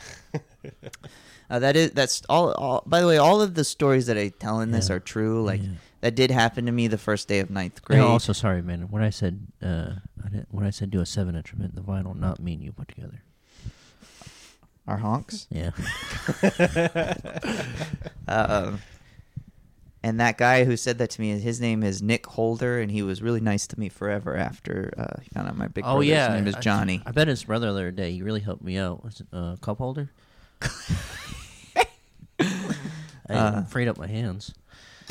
B: uh, that is that's all, all. By the way, all of the stories that I tell in this
D: Yeah.
B: are true. Like
D: Yeah.
B: that did happen to me the first day of ninth grade.
D: And Oh, also, sorry, man. When I said uh, I didn't, when I said do a seven inch instrument, the vinyl, not me and you put together.
B: Our honks.
D: Yeah.
B: Um, and that guy who said that to me, his name is Nick Holder, and he was really nice to me forever after uh, he found out my (laughs) big brother's name is
D: Oh, I-
B: Johnny.
D: (laughs) I, bet his brother the other day. He really helped me out. Was it uh,
B: (laughs)
D: cup holder? I
B: Uh.
D: freed up my hands.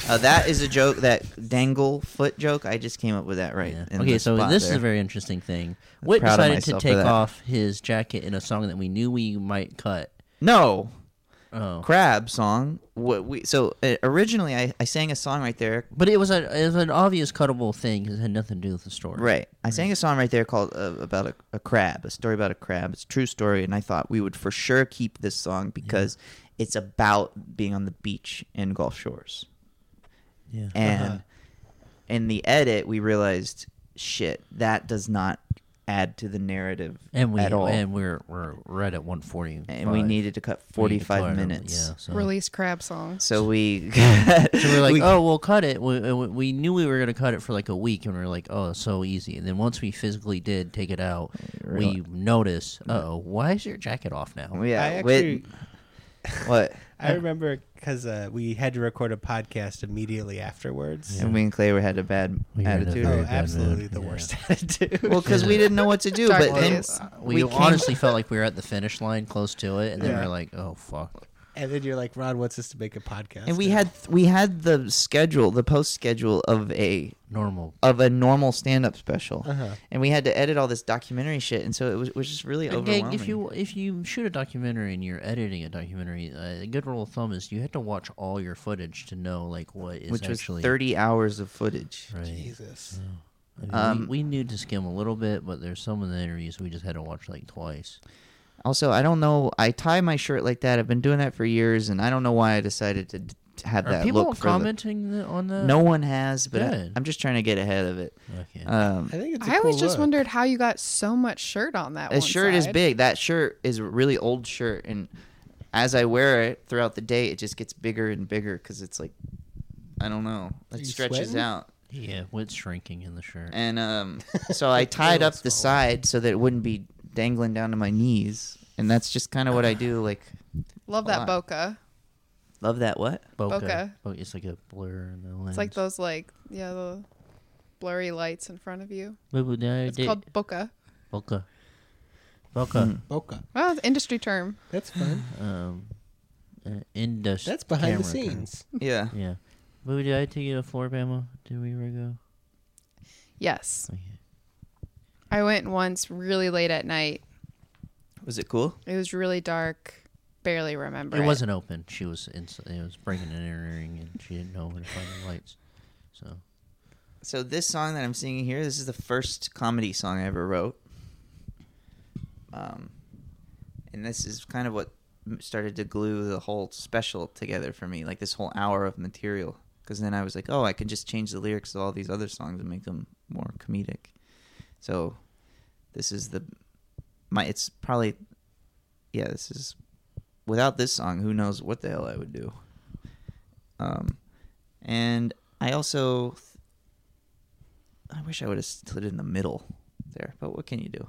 B: Uh, that is a joke, that dangle foot joke. I just came up with that right.
D: Yeah.
B: in
D: Okay,
B: the
D: so
B: spot
D: this is
B: there.
D: a very interesting thing. Whit
B: proud of
D: decided to
B: myself for
D: take
B: that.
D: off his jacket in a song that we knew we might cut.
B: no
D: Oh,
B: crab song. What we so uh, originally I, I sang a song right there.
D: but it was a it was an obvious cuttable thing 'cause it had nothing to do with the story.
B: Right, I sang a song right there called uh, about a, a crab, a story about a crab. It's a true story, and I thought we would for sure keep this song because it's about being on the beach in Gulf Shores.
D: Yeah.
B: and in the edit we realized shit that does not add to the narrative
D: and we
B: at all
D: and we're we're right at one forty.
B: And we needed to cut 45 minutes
D: Yeah. So.
E: Release crab songs.
B: Uh-huh. so we
D: (laughs) So we
B: (laughs)
D: were like, oh, we'll cut it. We, we- we knew we were going to cut it for like a week, and we were like, oh, so easy. And then once we physically did take it out, we noticed, oh, why is your jacket off now?
B: Mm. yeah
F: I
B: wait, (laughs)
F: actually,
B: what (laughs)
F: I remember because uh, we had to record a podcast immediately afterwards.
B: and me and clay were had a bad
D: We had a
B: attitude
D: very
F: Oh,
D: bad
F: absolutely
D: mood,
F: the
D: yeah.
F: worst (laughs) attitude.
B: well because we didn't know what to do
E: Dark
B: but then
E: days.
D: Uh, We,
B: we came-
D: honestly felt like we were at the finish line, close to it, and then we
F: Yeah.
D: were like, oh, fuck.
F: and then you're like, Rod wants us to make a podcast,
B: and we
F: now."
B: had we had the schedule the post schedule of a
D: Normal.
B: of a normal stand-up special
F: Uh-huh.
B: and we had to edit all this documentary shit and so it was, it was just really
D: But
B: overwhelming
D: Gang, if you if you shoot a documentary and you're editing a documentary, uh, a good rule of thumb is you have to watch all your footage to know like what is
B: which was
D: actually
B: 30 hours of footage
D: Right.
F: (laughs) Jesus.
D: I mean,
B: Um,
D: we, we knew to skim a little bit, but there's some of the interviews we just had to watch like twice.
B: Also, I don't know. I tie my shirt like that. I've been doing that for years, and I don't know why I decided to d- to have
D: Are
B: that
D: people
B: look. for the-
D: commenting the, on that?
B: no one has, but I,
D: Good.
B: I'm just trying to get ahead of it.
D: Okay.
B: Um,
F: I think it's. a
E: I always
F: cool
E: just
F: look.
E: wondered how you got so much shirt on that.
B: the
E: one
B: shirt is
E: side.
B: big. That shirt is a really old shirt, and as I wear it throughout the day, it just gets bigger and bigger because it's like, I don't know, it
F: you
B: stretches
F: sweating?
B: out.
D: yeah, what's shrinking in the shirt?
B: And
E: (laughs)
B: um, so I tied up the side so that it wouldn't be dangling down to my knees, and that's just kind of what I do. Like,
E: Love
B: Hold
E: that
B: on.
E: bokeh.
B: love that what?
E: Bokeh.
D: Bo- it's like a blur in the lens.
E: It's like those like yeah the blurry lights in front of you.
D: Boo-boo, no,
E: It's
D: di-
E: called bokeh.
D: bokeh. Bokeh.
F: Boca.
E: Well, it's an industry term.
F: That's fun.
B: (sighs) Hmm.
D: Um, uh, indus-
F: That's behind the
D: camera kind.
F: scenes.
B: Yeah.
D: Yeah. Boo, did I take you to Floribama? Did we ever go?
E: Yes,
D: Okay.
E: I went once really late at night.
B: Was it cool?
E: It was really dark. Barely remember.
D: It wasn't open. She was in, it was breaking and entering, and she didn't know where to find the lights. So
B: So this song that I'm singing here, this is the first comedy song I ever wrote. Um, and this is kind of what m- started to glue the whole special together for me, like this whole hour of material. Because then I was like, oh, I can just change the lyrics of all these other songs and make them more comedic. So this is the my. It's probably yeah. This is without this song, who knows what the hell I would do. Um, and I also I wish I would have slid in the middle there, but what can you do?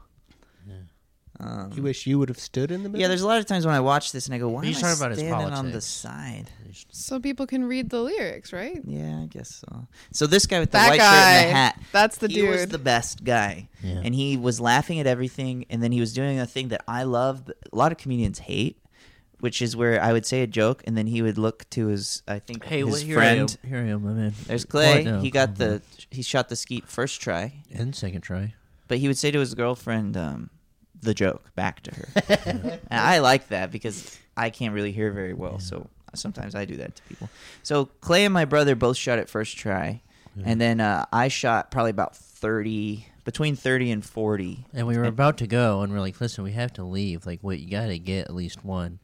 B: Um,
F: You wish you would have stood in the middle.
B: yeah, there's a lot of times when I watch this and I go, "Why
D: He's
B: am I
D: talking about his
B: standing on the
D: politics.
B: side?"
E: So people can read the lyrics, right?
B: Yeah, I guess so. So this guy with the
E: That
B: white shirt and the
E: guy.
B: hat,
E: That's the
B: he was
E: dude.
B: the best guy,
D: Yeah.
B: and he was laughing at everything, and then he was doing a thing that I love. But a lot of comedians hate, which is where I would say a joke, and then he would look to his, I think,
D: hey,
B: his
D: well, here
B: friend.
D: I am. Here I am, my man.
B: There's
D: What? Oh,
B: Clay.
D: No.
B: He got the, he shot the skeet first try.
D: and second try.
B: but he would say to his girlfriend um, the joke back to her and i like that because i can't really hear very well so sometimes i do that to people so clay and my brother both shot at first try and then uh, i shot probably about 30 between 30 and 40
D: And we were about to go, and we're like, "Listen, we have to leave. Like, what you got to get at least one."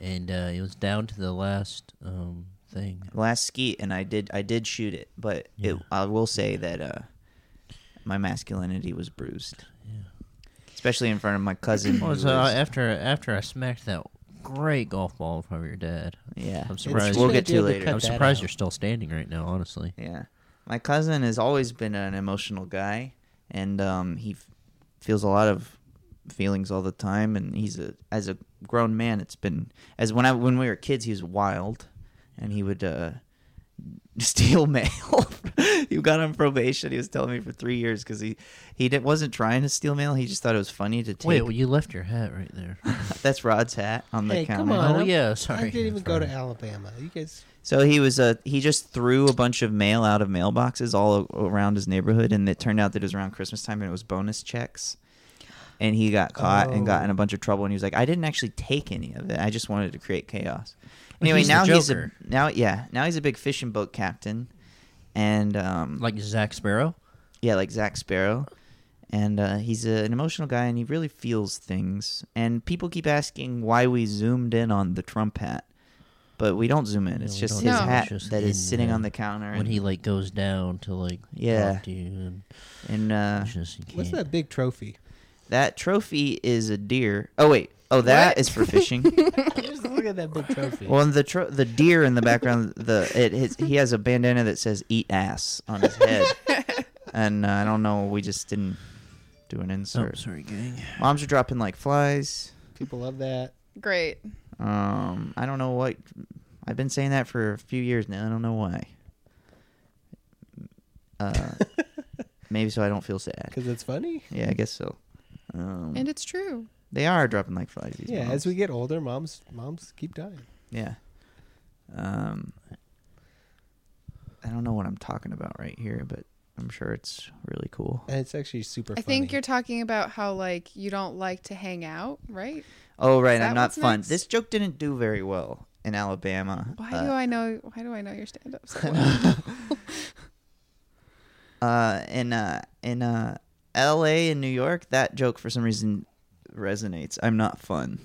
D: And uh, it was down to the last um, thing.
B: last skeet and i did i did shoot it but it, i will say that uh, my masculinity was bruised especially in front of my cousin.
D: Well,
B: who
D: it's, uh, after after I smacked that great golf ball from your dad.
B: Yeah.
D: I'm
B: It's-
D: surprised.
B: we'll get to later.
D: I'm surprised you're still standing right now. Honestly,
B: Yeah. My cousin has always been an emotional guy, and um, he f- feels a lot of feelings all the time. And he's a as a grown man, it's been as when I when we were kids, he was wild, and he would uh, (laughs) steal mail. (laughs) he got on probation. He was telling me for three years because he he did, wasn't trying to steal mail. He just thought it was funny to take.
D: wait, well, you left your hat right there.
B: (laughs) that's Rod's hat on the
F: Hey,
B: counter.
F: come on.
D: Oh,
F: I'm-
D: yeah, sorry.
F: I didn't even
D: That's
F: go to
D: fine.
F: Alabama. You
B: (laughs)
F: guys,
B: So he was uh, he just threw a bunch of mail out of mailboxes all a- around his neighborhood, and it turned out that it was around Christmas time and it was bonus checks. And he got caught and
D: Oh.
B: got in a bunch of trouble, and he was like, "I didn't actually take any of it. I just wanted to create chaos."
D: Well,
B: Anyway,
D: he's the
B: now he's a
D: Joker.
B: now yeah now he's a big fishing boat captain, and um,
D: like Zach Sparrow.
B: yeah, like Zach Sparrow. And uh, he's a, an emotional guy, and he really feels things. And people keep asking why we zoomed in on the Trump hat, but we don't zoom in. It's
D: we
B: just
D: don't
B: his
E: zoom in.
B: hat
D: It's just
B: that is
D: in
B: sitting
D: there.
B: on the counter.
D: When
B: And,
D: he like goes down to like
B: Yeah.
D: talk to you and
B: and
D: (laughs)
B: uh,
D: it's just you can't.
F: what's that big trophy?
B: (laughs)
F: (laughs)
B: that trophy is a deer. Oh wait, oh that
F: What?
B: is for fishing.
F: Just look at that big trophy.
B: well, and the tro- the deer in the background, the it his, he has a bandana that says "Eat ass" on his head. and uh, I don't know, we just didn't do an
D: Oh,
B: insert.
D: sorry, gang.
B: Moms are dropping like flies.
F: People love that.
E: Great.
B: Um, I don't know what I've been saying that for a few years now. I don't know why.
E: (laughs)
B: Uh, maybe so I don't feel sad.
F: Because it's funny.
B: Yeah, I guess so. Um,
E: And it's true.
B: they are dropping like flies. These
F: Yeah,
B: moms.
F: as we get older, moms moms keep dying.
B: yeah. Um, I don't know what I'm talking about right here, but I'm sure it's really cool.
F: And it's actually super
E: I
F: funny.
E: think you're talking about how like you don't like to hang out, right?
B: Oh right,
E: Is
B: I'm
E: that
B: not
E: what's
B: fun.
E: next?
B: This joke didn't do very well in Alabama.
E: Why
B: Uh,
E: do I know? Why do I know your stand up? So well?
B: uh, in uh, in uh, L.A. and New York, that joke for some reason resonates. I'm not fun,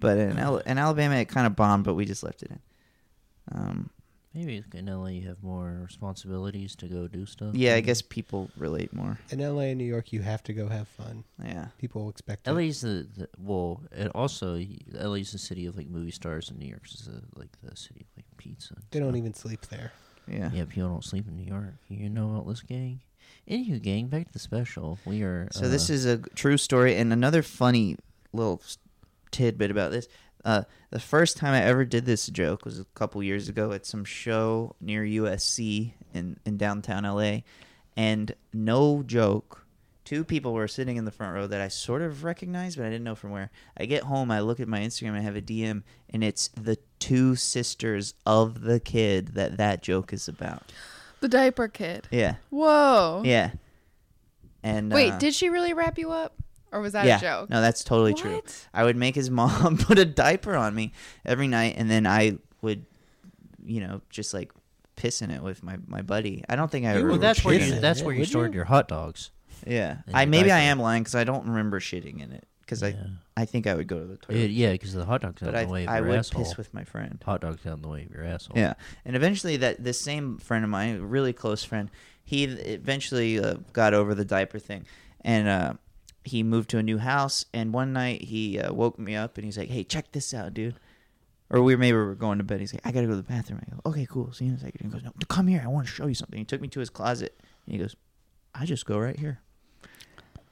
B: but in Al- in Alabama, it kind of bombed, but we just left it in. Um,
D: Maybe in LA you have more responsibilities to go do stuff.
B: yeah, I guess people relate more.
F: in LA and New York, you have to go have fun.
B: Yeah,
F: People expect it.
D: LA's the, the well, and also LA's the city of like movie stars, and New York's is the, like the city of like pizza. and
F: They don't
D: stuff.
F: even sleep
B: (laughs)
F: there.
B: yeah.
D: Yeah, people don't sleep in New York. You know about this gang? Anywho, gang, back to the special. We are. uh,
B: So
E: Uh-huh.
B: this is a g- true story, and another funny little s- tidbit about this. Uh, the first time I ever did this joke was a couple years ago at some show near USC in, in downtown LA, and no joke, two people were sitting in the front row that I sort of recognized, but I didn't know from where. I get home, I look at my Instagram, I have a DM, and it's the two sisters of the kid that that joke is about.
E: the diaper kid.
B: Yeah,
E: Whoa.
B: yeah. And
E: Oh. Wait,
B: uh,
E: did she really wrap you up, or was that
B: yeah.
E: a joke?
B: No, that's totally true.
E: What?
B: I would make his (laughs) mom put a diaper on me every night, and then I would, you know, just like piss in it with my, my buddy. I don't think I ever.
D: Well, that's where
B: shit
D: you.
B: in
D: That's
F: Yeah,
D: where you
F: would
D: stored
F: you?
D: your hot dogs.
B: it. Yeah,
D: in
B: I
D: your
B: maybe I
D: diaper.
B: am lying because I don't remember shitting in it because
D: Yeah.
B: I I think I would go to the toilet,
D: It, yeah, because the hot dogs out
B: but
D: in
B: I
D: the way of
B: I
D: your
B: would
D: asshole.
B: piss with my friend.
D: hot dogs out in the way of your asshole.
B: Yeah, and eventually that this same friend of mine, a really close friend, he eventually uh, got over the diaper thing, and uh, he moved to a new house. And one night he uh, woke me up and he's like, "Hey, check this out, dude." Or we maybe we were going to bed. He's like, "I gotta go to the bathroom." I go, "Okay, cool. See you in a second. He goes, "No, come here. I want to show you something." He took me to his closet and he goes, "I just go right here,"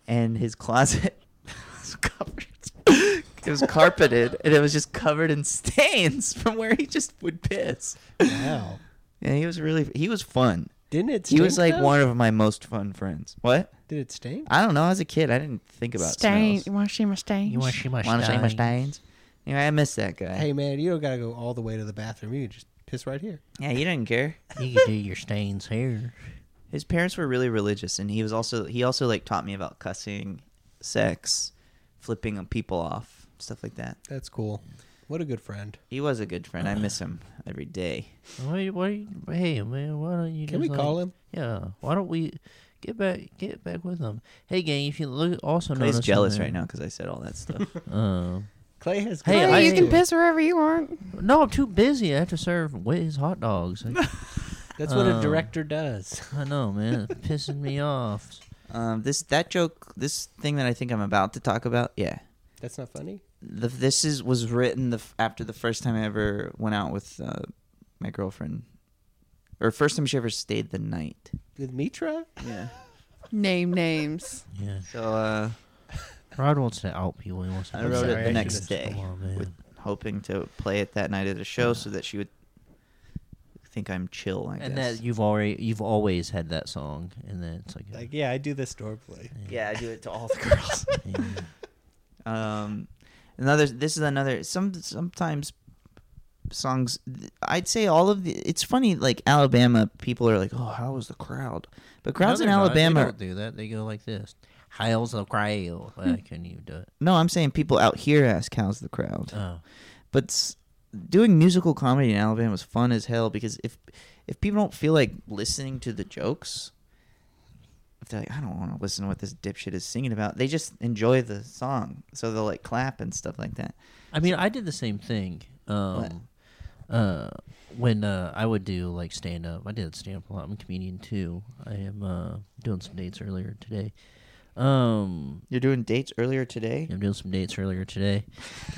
B: and his closet. (laughs) was covered. It was carpeted and it was just covered in stains (laughs) from where he just would piss.
F: Wow.
B: Yeah, he was really he was fun.
F: Didn't it
B: He
F: stink?
B: was like
F: though?
B: one of my most fun friends. What?
F: Did it stink?
B: I don't know. As a kid, I didn't think about stains.
C: want to see my stain?
D: You want to see my
B: Want to say my
D: stein?
B: stains? Anyway, I miss that guy.
F: Hey, man, you don't got to go all the way to the bathroom. You can just piss right here.
B: Yeah, he didn't care.
D: You can do your stains here.
B: His parents were really religious, and he was also he also like taught me about cussing, sex, flipping people off, stuff like that.
F: That's cool. What a good friend.
B: He was a good friend. I miss him every day.
D: Why, why, hey man, why don't you?
F: Can
D: just
F: we call
D: like-
F: him?
D: Yeah. Why don't we get back get back with him? Hey gang, if you look, also notice
B: He's jealous right
D: something-
B: now because I said all that stuff.
D: Uh,
F: Clay has.
D: Hey,
E: Hey,
D: I-
E: you can piss wherever you want.
D: no, I'm too busy. I have to serve Wiz hot dogs. I,
B: (laughs)
F: That's what a
D: Um,
F: director does. (laughs)
D: I know, man, it's pissing me off.
B: Um, this that joke, this thing that I think I'm about to talk about, yeah.
F: That's not funny.
B: The, this is was written the, f- after the first time I ever went out with uh, my girlfriend, or first time she ever stayed the night.
F: With Mitra?
B: Yeah.
E: Name names.
D: Yeah.
B: So uh,
D: Rod wants to out people. He wants to
B: I
D: put
B: wrote
D: some
B: it the
D: prejudice
B: next day
D: tomorrow, man.
B: with hoping to play it that night at a show so that she would think I'm chill. I
D: and
B: guess.
D: that you've already you've always had that song, and then it's like,
F: Like, yeah, I do this door play.
B: yeah, I do it to all the (laughs) girls.
D: yeah.
B: Um, another. This is another. Some sometimes songs. I'd say all of the. It's funny. Like Alabama people are like, oh, how was the crowd? But crowds
D: No,
B: in
D: they're not.
B: Alabama.
D: they don't do that. They go like this. How's the crowd?
B: Hmm.
D: I couldn't even do it.
B: No, I'm saying people out here ask how's the crowd.
D: Oh,
B: But s- doing musical comedy in Alabama is fun as hell because if if people don't feel like listening to the jokes. if They're like, I don't want to listen to what this dipshit is singing about. They just enjoy the song, so they'll like clap and stuff like that.
D: I mean, I did the same thing. Um, uh, when uh, I would do like stand up, I did stand up a lot. I'm a comedian too. I am uh, doing some dates earlier today. Um,
B: You're doing dates earlier today.
D: I'm doing some dates earlier today,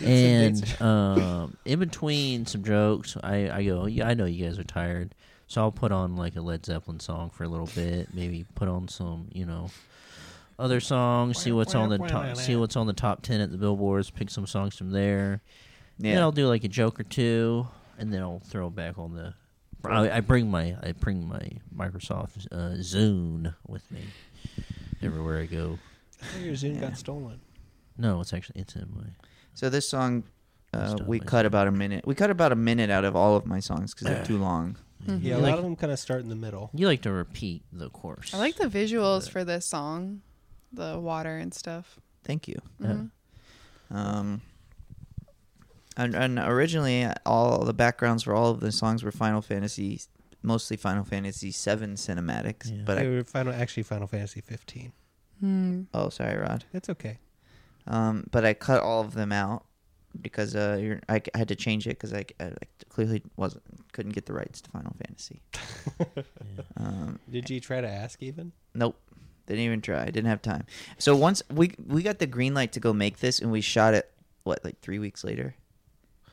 D: and um, in between some jokes, I, I go, yeah, I know you guys are tired, so I'll put on like a Led Zeppelin song for a little bit, maybe put on some, you know, other songs, see what's on the top, see what's on the top ten at the billboards, pick some songs from there, yeah. then I'll do like a joke or two, and then I'll throw it back on the. I, I bring my I bring my Microsoft uh, Zune with me everywhere I go.
F: Oh, your Zoom got stolen.
D: No, it's actually it's in my.
B: So this song, uh,
D: Stuff
B: we
D: like
B: cut about a minute. We cut about a minute out of all of my songs because they're too long.
E: Mm-hmm.
F: Yeah, a
D: Like-
F: lot of them kind of start in the middle.
D: You like to repeat the course.
E: I like the visuals for this song, the water and stuff.
B: Thank you.
D: Yeah.
B: Um, and, and originally, all the backgrounds for all of the songs were Final Fantasy, mostly Final Fantasy VII cinematics.
D: Yeah.
B: But
F: They
B: I,
F: were final, actually Final Fantasy 15.
B: oh, sorry, Rod.
F: That's okay.
B: Um, but I cut all of them out because uh, you're, I, I had to change it because I, I clearly wasn't couldn't get the rights to Final Fantasy. um,
F: Did you try to ask even?
B: Nope. Didn't even try. I didn't have time. So once we we got the green light to go make this, and we shot it. What like three weeks later?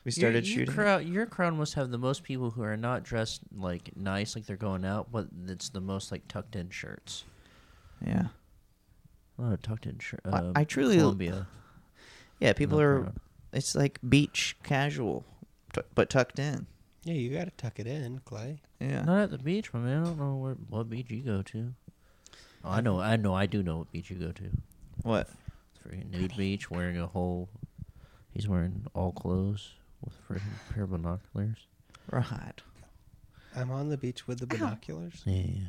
B: We started
D: your,
B: shooting. it.
D: Crowd, your crowd must have the most people who are not dressed like nice, like they're going out, but it's the most like tucked in shirts.
B: Yeah,
D: A lot of tucked in shirts.
F: Um,
B: I- I truly-
D: Columbia.
B: yeah. People
D: Not
B: are.
D: crowd.
B: It's like beach casual, t- but tucked in.
F: Yeah, you got to tuck it in, Clay.
B: Yeah.
D: Not at the beach, my man. I don't know where what beach you go to. Oh, I know. I know. I do know what beach you go to.
B: What?
D: It's freaking nude beach, wearing a whole. He's wearing all clothes with freaking pair of binoculars.
B: Rod.
F: I'm on the beach with the binoculars.
D: Yeah, yeah.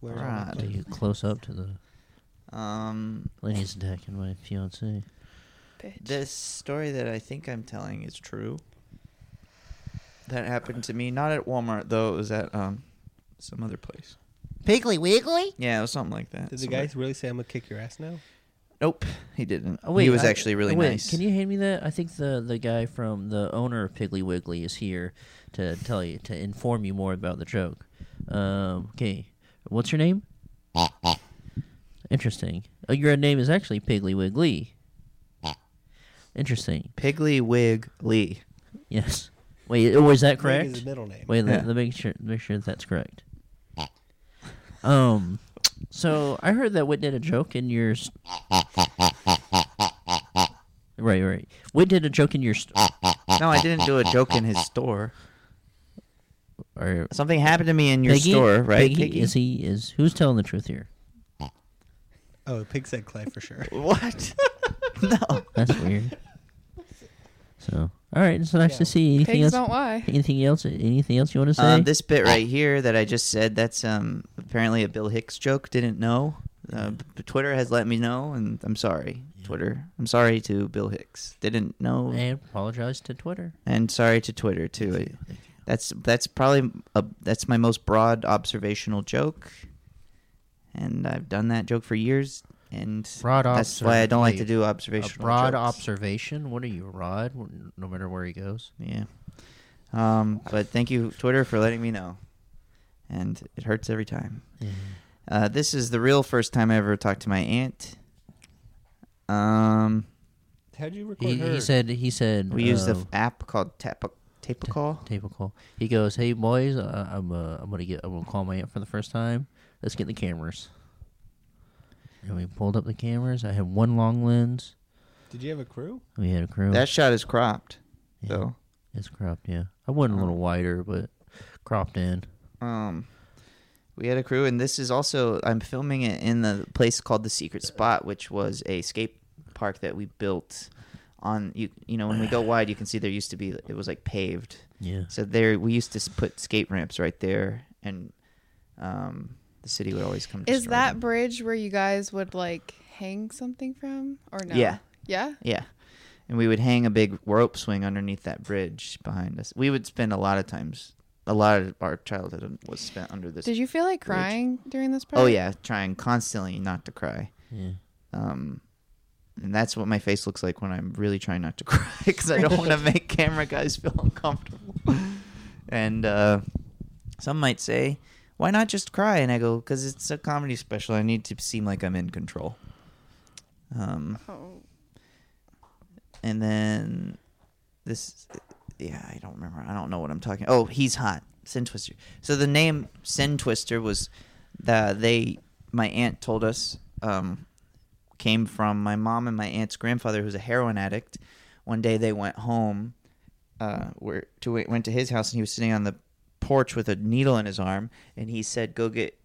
F: Where's
B: Right.
D: Like you close up to the
B: Um,
D: ladies' deck and my fiance.
E: Bitch.
B: this story that I think I'm telling is true. That happened to me. Not at Walmart though. It was at um, some other place.
D: Piggly Wiggly.
B: Yeah, it was something like that.
F: Did the
B: Somewhere-
F: guys really say I'm gonna kick your ass now?
B: Nope, he didn't. he was
D: I-
B: actually really
D: Oh, wait,
B: nice.
D: Can you hand me that? I think the the guy from the owner of Piggly Wiggly is here to tell you to inform you more about the joke. Um, okay, what's your name? Interesting. Oh, your name is actually Piggly Wiggly. Interesting.
B: Piggly Wiggly.
D: Yes. Wait, was that
F: Craig
D: (laughs) correct?
F: is his middle name.
D: Wait,
B: Yeah.
D: let, let me make sure make sure that's correct. Um, so I heard that Whit did a joke in your. s right, right. Whit did a joke in your. s
B: No, I didn't do a joke in his store.
D: or
B: Something happened to me in your
D: Piggy?
B: store, right?
D: Piggy?
B: Piggy?
D: Is he is who's telling the truth here?
F: Oh, Pig said Clay
D: (laughs)
F: for sure.
B: (laughs) What? no.
D: That's weird. So, all right. It's nice to see. Anything
E: Pigs
D: else?
E: don't lie.
D: Anything else? Anything else you want to say?
B: Um, this bit right here that I just said, that's um, apparently a Bill Hicks joke. Didn't know. Uh, b- Twitter has let me know, and I'm sorry, Twitter. I'm sorry to Bill Hicks. Didn't know.
D: I apologize to Twitter.
B: and sorry to Twitter too. That's that's probably a, that's my most broad observational joke, and I've done that joke for years. And
D: Broad
B: that's why I don't like to
D: observ-
B: do
D: A
B: observational.
D: broad
B: jokes.
D: observation. What are you, Rod? No matter where he goes.
B: yeah. Um, but thank you, Twitter, for letting me know. And it hurts every time. Uh, this is the real first time I ever talked to my aunt. Um,
F: How'd you record
D: He,
F: her?
D: he said he said
B: we used
D: uh,
B: an app called Tap Tape a Call.
D: tape a call. He goes, "Hey boys, uh, I'm uh, I'm gonna get I'm gonna call my aunt for the first time. Let's get the cameras." And we pulled up the cameras. I had one long lens.
F: Did you have
D: (laughs)
F: a crew?
D: We had a crew.
B: That shot is cropped,
D: Yeah.
B: though.
D: It's cropped, yeah. I went a little
B: Oh.
D: wider, but cropped in.
B: Um, we had a crew, and this is also I'm filming it in the place called the Secret Spot, which was a skate park that we built. On you, you know, when we go wide, you can see there used to be it was like paved.
D: Yeah.
B: So there, we used to s- put skate ramps right there, and um, the city would always come.
E: Is
B: destroy
E: that
B: them.
E: bridge where you guys would like hang something from or no?
B: Yeah.
E: Yeah?
B: Yeah. And we would hang a big rope swing underneath that bridge behind us. We would spend a lot of times, a lot of our childhood was spent under this.
E: Did you feel like
B: Bridge.
E: crying during this part?
B: oh, yeah, trying constantly not to cry.
D: Yeah.
B: Um, and that's what my face looks like when I'm really trying not to (laughs) cry because I don't want to
E: (laughs)
B: make camera guys feel uncomfortable. and uh, some might say, why not just cry? And I go, because it's a comedy special. I need to seem like I'm in control. Um,
E: Oh.
B: and then this yeah i don't remember i don't know what i'm talking oh he's hot sin twister so the name sin twister was that they my aunt told us um, came from my mom and my aunt's grandfather who's a heroin addict one day they went home uh, where to went to his house and he was sitting on the porch with a needle in his arm and he said go get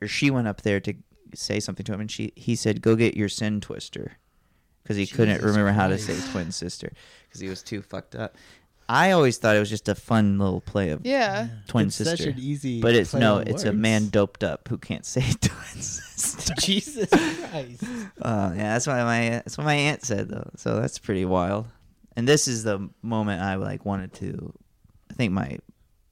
B: or she went up there to say something to him and she he said go get your sin twister because he couldn't
D: Jesus
B: remember how to
D: Christ.
B: say twin sister because he was too fucked up i always thought it was just a fun little play of
E: Yeah.
B: twin
F: It's
B: sister
F: such an easy
B: but it's
F: play
B: no
F: on
B: it's a man
F: words.
B: doped up who can't (laughs) say twin (laughs) sister
F: (laughs) Jesus Christ.
B: uh, yeah, that's what my that's what my aunt said though. So that's pretty wild. And this is the moment I like wanted to. I think my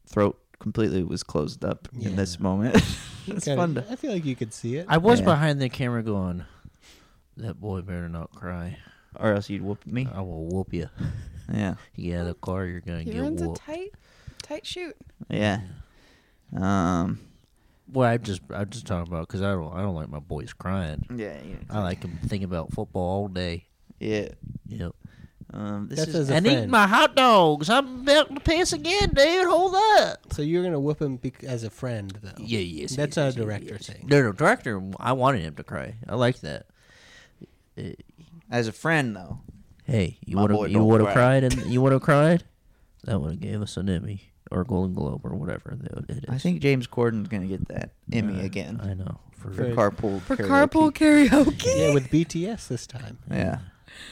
B: throat completely was closed up in this
F: (laughs)
B: moment. (laughs) it's
F: Kinda-
B: fun to.
F: I feel like you could see it.
D: I was
B: Yeah.
D: behind the camera going, "That boy better not cry.
B: Or else you'd whoop
F: Oh.
B: me.
D: I will whoop (laughs) you.
B: Yeah,
D: You get out of the car, you're gonna
E: He
D: get
E: runs a
D: whooped."
E: tight tight shoot.
B: yeah. Um.
D: well, I'm just I'm just talking about because I don't I don't like my boys crying.
B: Yeah. yeah,
D: I like them thinking about football all day.
B: Yeah.
D: Yep.
B: Um. This
F: That's
B: is.
F: as a
D: and eating
F: friend.
D: my hot dogs. I'm about to piss again, dude. Hold up.
F: so you're gonna whip him bec- as a friend, though.
D: Yeah, yes.
F: That's
D: yes,
F: a
D: yes,
F: director
D: yes.
F: thing.
D: No, no, director. I wanted him to cry. I like that.
B: as a friend though.
D: Hey, you
B: My
D: would
B: boy
D: have you
B: don't
D: would
B: cry.
D: have cried and (laughs) you would have cried. That would have gave us an Emmy or a Golden Globe or whatever that it is.
B: I think James Corden's gonna get that Emmy
D: Uh,
B: again
D: I know for,
B: for
F: For-
B: carpool.
E: For
B: karaoke.
E: carpool karaoke.
F: Yeah, with BTS this time.
B: Yeah.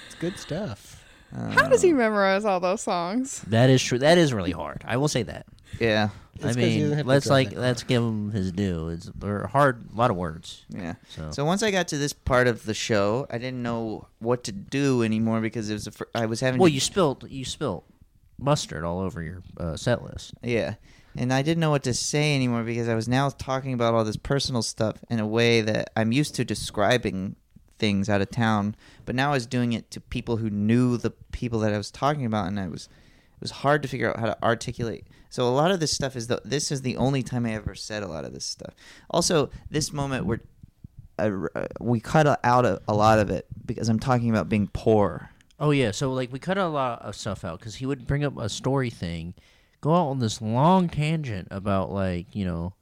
F: It's good stuff.
E: (laughs) How does he memorize all those songs?
D: that is true. That is really hard. I will say that.
B: Yeah.
F: It's 'cause
D: I
F: he doesn't have
D: mean,
F: to
D: let's
F: drive
D: like
F: that
D: let's give him his due. It's they're hard, a lot of words.
B: Yeah. So.
D: So-
B: once I got to this part of the show, I didn't know what to do anymore because it was a fir- I was having
D: Well,
B: to-
D: you spilt you spilt mustard all over your uh, set list.
B: yeah, and I didn't know what to say anymore because I was now talking about all this personal stuff in a way that I'm used to describing things out of town, but now I was doing it to people who knew the people that I was talking about, and I was it was hard to figure out how to articulate. So a lot of this stuff is the this is the only time I ever said a lot of this stuff. Also, this moment where I, uh, we cut out a, a lot of it because I'm talking about being poor.
D: Oh yeah, so like we cut a lot of stuff out because he would bring up a story thing, go out on this long tangent about like you know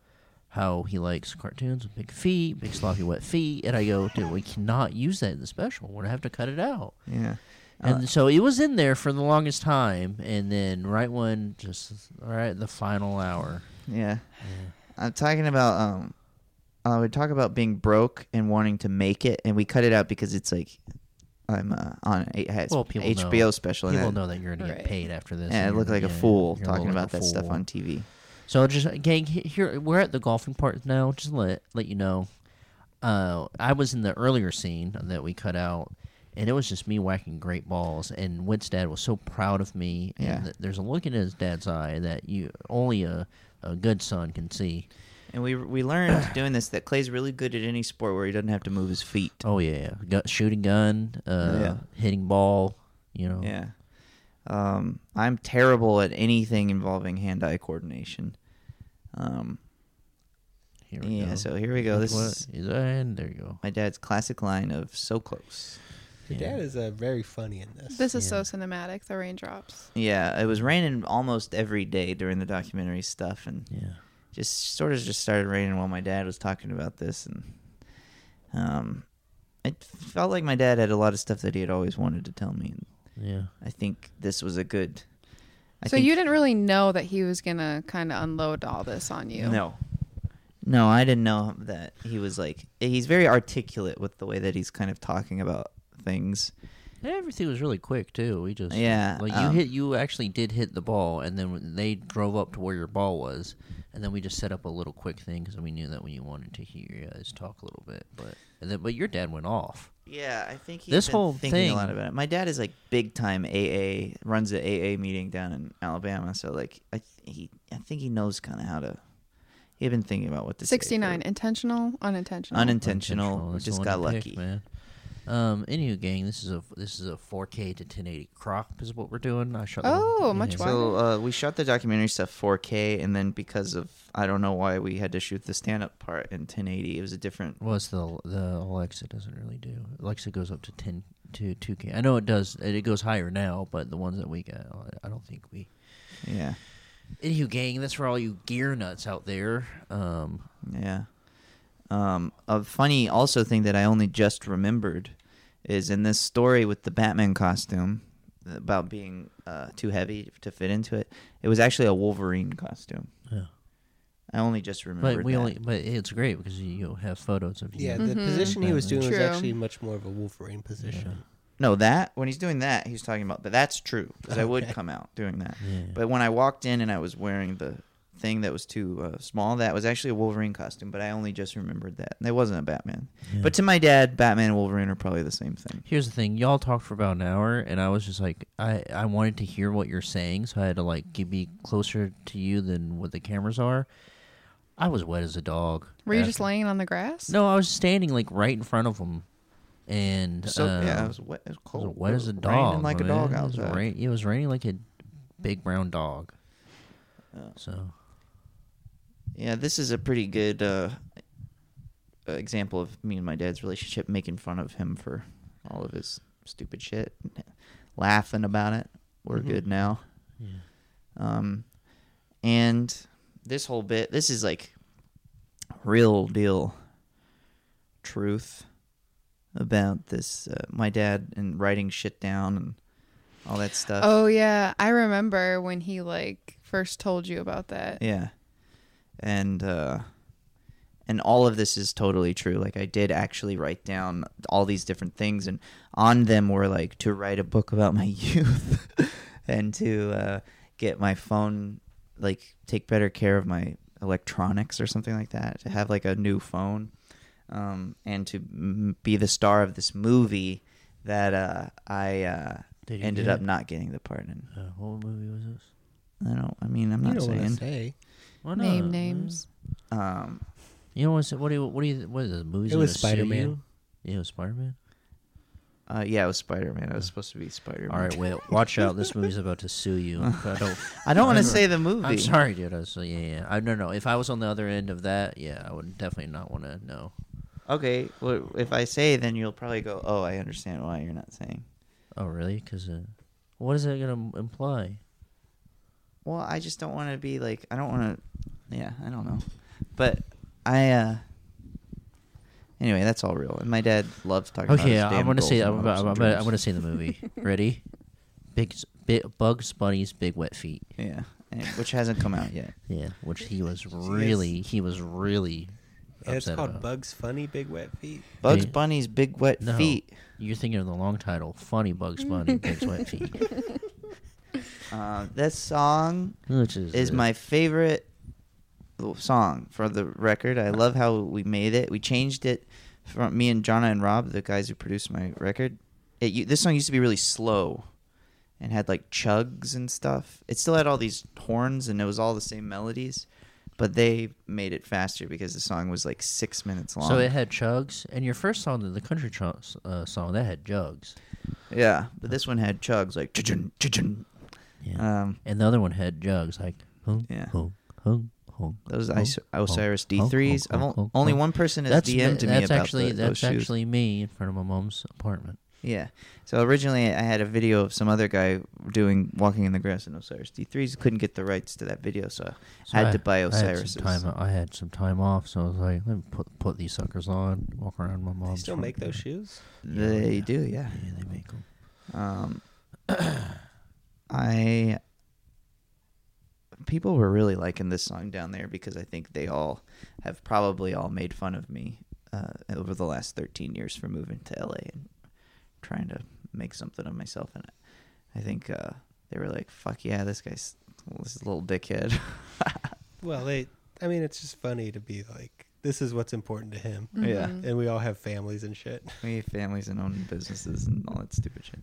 D: how he likes cartoons with big feet, big sloppy wet feet, and I go, dude, we cannot use that in the special. We're gonna have to cut it out.
B: Yeah.
D: And so it was in there for the longest time, and then right when just right at the final hour,
B: Yeah. I'm talking about um I would talk about being broke and wanting to make it and we cut it out because it's like I'm uh, on a has
D: Well, people know.
B: HBO special and
D: people
B: that-
D: know that you're gonna get
E: Right.
D: paid after this.
B: and I
D: you're
B: look
D: gonna-
B: like a
D: yeah,
B: fool
D: you're gonna
B: talking
D: look like
B: about
D: a
B: that stuff
D: fool.
B: on TV.
D: So just gang he- here we're at the golfing part now. Just let let you know. Uh, I was in the earlier scene that we cut out, and it was just me whacking great balls. And Witt's dad was so proud of me.
B: Yeah.
D: And th- there's a look in his dad's eye that you only a, a good son can see.
B: And we we
D: (coughs)
B: learned doing this that Clay's really good at any sport where he doesn't have to move his feet.
D: Oh yeah, Gu- shooting gun, uh,
B: Yeah.
D: hitting ball. You know.
B: Yeah. Um, I'm terrible at anything involving hand-eye coordination. Um,
D: Here we
B: Yeah,
D: go.
B: so here we go.
D: Look
B: This
D: what
B: is
D: is and there you go.
B: my dad's classic line of "So close."
F: Your
D: Yeah.
F: dad is uh, very funny in this.
E: This is
D: Yeah.
E: so cinematic. The raindrops.
B: Yeah, it was raining almost every day during the documentary stuff, and
D: Yeah.
B: just sort of just started raining while my dad was talking about this, and um, it felt like my dad had a lot of stuff that he had always wanted to tell me, and
D: Yeah.
B: I think this was a good. I
E: so
B: think-
E: you didn't really know that he was gonna kind of unload all this on you.
B: No. No, I didn't know that he was like he's very articulate with the way that he's kind of talking about things.
D: Everything was really quick too. We just
B: Yeah,
D: like you
B: um,
D: hit you actually did hit the ball, and then when they drove up to where your ball was, and then we just set up a little quick thing because we knew that when you wanted to hear you guys talk a little bit, but and then but your dad went off.
B: Yeah, I think he's
D: This
B: been
D: whole
B: thinking a lot
D: thing-
B: about it. My dad is like big time AA runs a AA meeting down in Alabama, so like I th- he I think he knows kind of how to. He had been thinking about what to say for-
E: Sixty nine. Intentional. Unintentional.
B: unintentional. We
D: That's the
B: just
D: one
B: got
D: you picked,
B: lucky.
D: man. Um, anywho, gang, this is a this is a 4K to 1080 crop is what we're doing. I shot. the whole-
E: Oh, much
D: yeah.
E: wider.
B: So uh, we shot the documentary stuff 4K, and then because of I don't know why we had to shoot the stand up part in 1080. It was a different
D: Well, it's the the Alexa doesn't really do. Alexa goes up to ten to two K. I know it does. It it goes higher now, but the ones that we got, I don't think we.
B: yeah.
D: Anywho, gang, that's for all you gear nuts out there. Um,
B: Yeah. Um, a funny also thing that I only just remembered is in this story with the Batman costume about being uh, too heavy to fit into it. It was actually a Wolverine costume.
D: Yeah.
B: I only just remembered.
D: but we
B: that.
D: only, but it's great because you you'll have photos of you.
F: yeah,
E: Mm-hmm.
F: the position he was doing was
E: True.
F: actually much more of a Wolverine position.
B: no that when he's doing that he's talking about. But that's true because I would come out doing that. But when I walked in and I was wearing the thing that was too uh, small, that was actually a Wolverine costume. But I only just remembered that and it wasn't a Batman. But to my dad, Batman and Wolverine are probably the same thing.
D: Here's the thing, y'all talked for about an hour, and I was just like, I, I wanted to hear what you're saying, so I had to like get- be closer to you than what the cameras are. I was wet as a dog.
E: Were you just
D: after-
E: laying on the grass?
D: No, I was standing like right in front of him, and
B: So yeah,
D: um,
B: it was wet. It was
D: it was
B: cold.
D: wet
B: It
D: as a
B: was
D: dog,
B: Raining like
D: my
B: a dog
D: man. It was,
B: outside.
D: rain- it was raining like a big brown dog. So
B: Yeah, this is a pretty good uh, example of me and my dad's relationship, making fun of him for all of his stupid shit, laughing about it. We're good now. Um, and this whole bit, this is like real deal truth about this. Uh, my dad and writing shit down and all that stuff.
E: Oh yeah, I remember when he like first told you about that.
B: Yeah. And uh and all of this is totally true. Like I did actually write down all these different things and on them were like to write a book about my (laughs) youth and to uh get my phone like take better care of my electronics or something like that. To have like a new phone um and to m- be the star of this movie that uh I uh
D: Did you
B: ended
D: get
B: up
D: it?
B: not getting the part in.
D: uh, what movie was this?
B: I don't I mean I'm
F: You
B: not
F: don't want to
B: saying
F: say.
D: Why not, man?
E: Name names.
B: um
D: You know what's what do you what do you what is this movies?
F: It
D: that
F: was
D: gonna sue
F: Spider Man.
D: you? Yeah, it was Spider Man.
B: Uh, yeah, it was Spider Man. It was supposed to be Spider Man.
D: All right, wait, watch out! This movie's about to sue you.
B: (laughs)
D: I don't.
B: I don't want to
D: I'm-
B: say the movie.
D: I'm sorry, dude. I was, yeah, yeah. I don't know. If I was on the other end of that, yeah, I would definitely not want to know.
B: Okay, well, if I say, then you'll probably go, "Oh, I understand why you're not saying."
D: Oh, really? Because uh, what is that gonna imply?
B: Well, I just don't want to be like I don't want to. Yeah, I don't know, but I. uh Anyway, that's all real. And my dad loves talking about.
D: Okay,
B: his
D: I
B: damn
D: want to say
B: goals
D: I'm
B: and
D: about,
B: hopes
D: I'm,
B: and
D: about, I'm
B: dreams.
D: gonna say
B: (laughs)
D: the movie. Ready? Big, big Bugs Bunny's big wet feet.
B: Yeah, and- which hasn't come out
D: (laughs)
B: yet.
D: Yeah, which he was really, he was really
F: Yeah, it's
D: upset
F: called
D: about.
F: Bugs Funny Big Wet Feet.
B: Bugs
D: Yeah.
B: Bunny's big wet
D: No,
B: feet.
D: you're thinking of the long title. Funny Bugs Bunny big wet feet,
B: Uh, that song
D: which is
B: is
D: uh,
B: my favorite l- song for the record. I love how we made it. We changed it from me and Jonna and Rob, the guys who produced my record. It u- this song used to be really slow and had like chugs and stuff. It still had all these horns and it was all the same melodies, but they made it faster because the song was like 6 minutes long.
D: So it had chugs, and your first song, the- the country ch- uh, song, that had jugs,
B: yeah, but this one had chugs like chun chun.
D: Yeah.
B: Um
D: and the other one had jugs like hung,
B: Yeah.
D: hung, hung, honk,
B: Those
D: honk,
B: Is-
D: honk,
B: Osiris
D: honk, honk,
B: D3s. I've
D: honk,
B: on-
D: honk,
B: only
D: honk.
B: one person has
D: oh, That's
B: DM'd to me
D: that's
B: about
D: actually
B: the- oh,
D: that's
B: those shoes.
D: actually me in front of my mom's apartment.
B: Yeah. So originally I had a video of some other guy doing walking in the grass in Osiris D3s. Couldn't get the rights to that video, so,
D: So
B: I had to buy
D: had
B: Osiris's.
D: some time- I had some time off, so I was like, let me put put these suckers on, walk around my
F: They
D: mom's.
F: still
D: front
F: make those
D: door.
F: shoes?
D: Yeah,
B: They
D: yeah.
B: do, yeah.
D: Yeah, they make them.
B: Um, (clears throat) I people were really liking this song down there because I think they all have probably all made fun of me uh, over the last 13 years for moving to LA and trying to make something of myself. And I think uh, they were like, "Fuck yeah, this guy's this is a little dickhead." (laughs)
F: Well, they. I mean, it's just funny to be like, this is what's important to him,
B: Mm-hmm. Yeah,
E: Mm-hmm.
F: and we all have families and shit.
B: we have families and own businesses and all that stupid shit.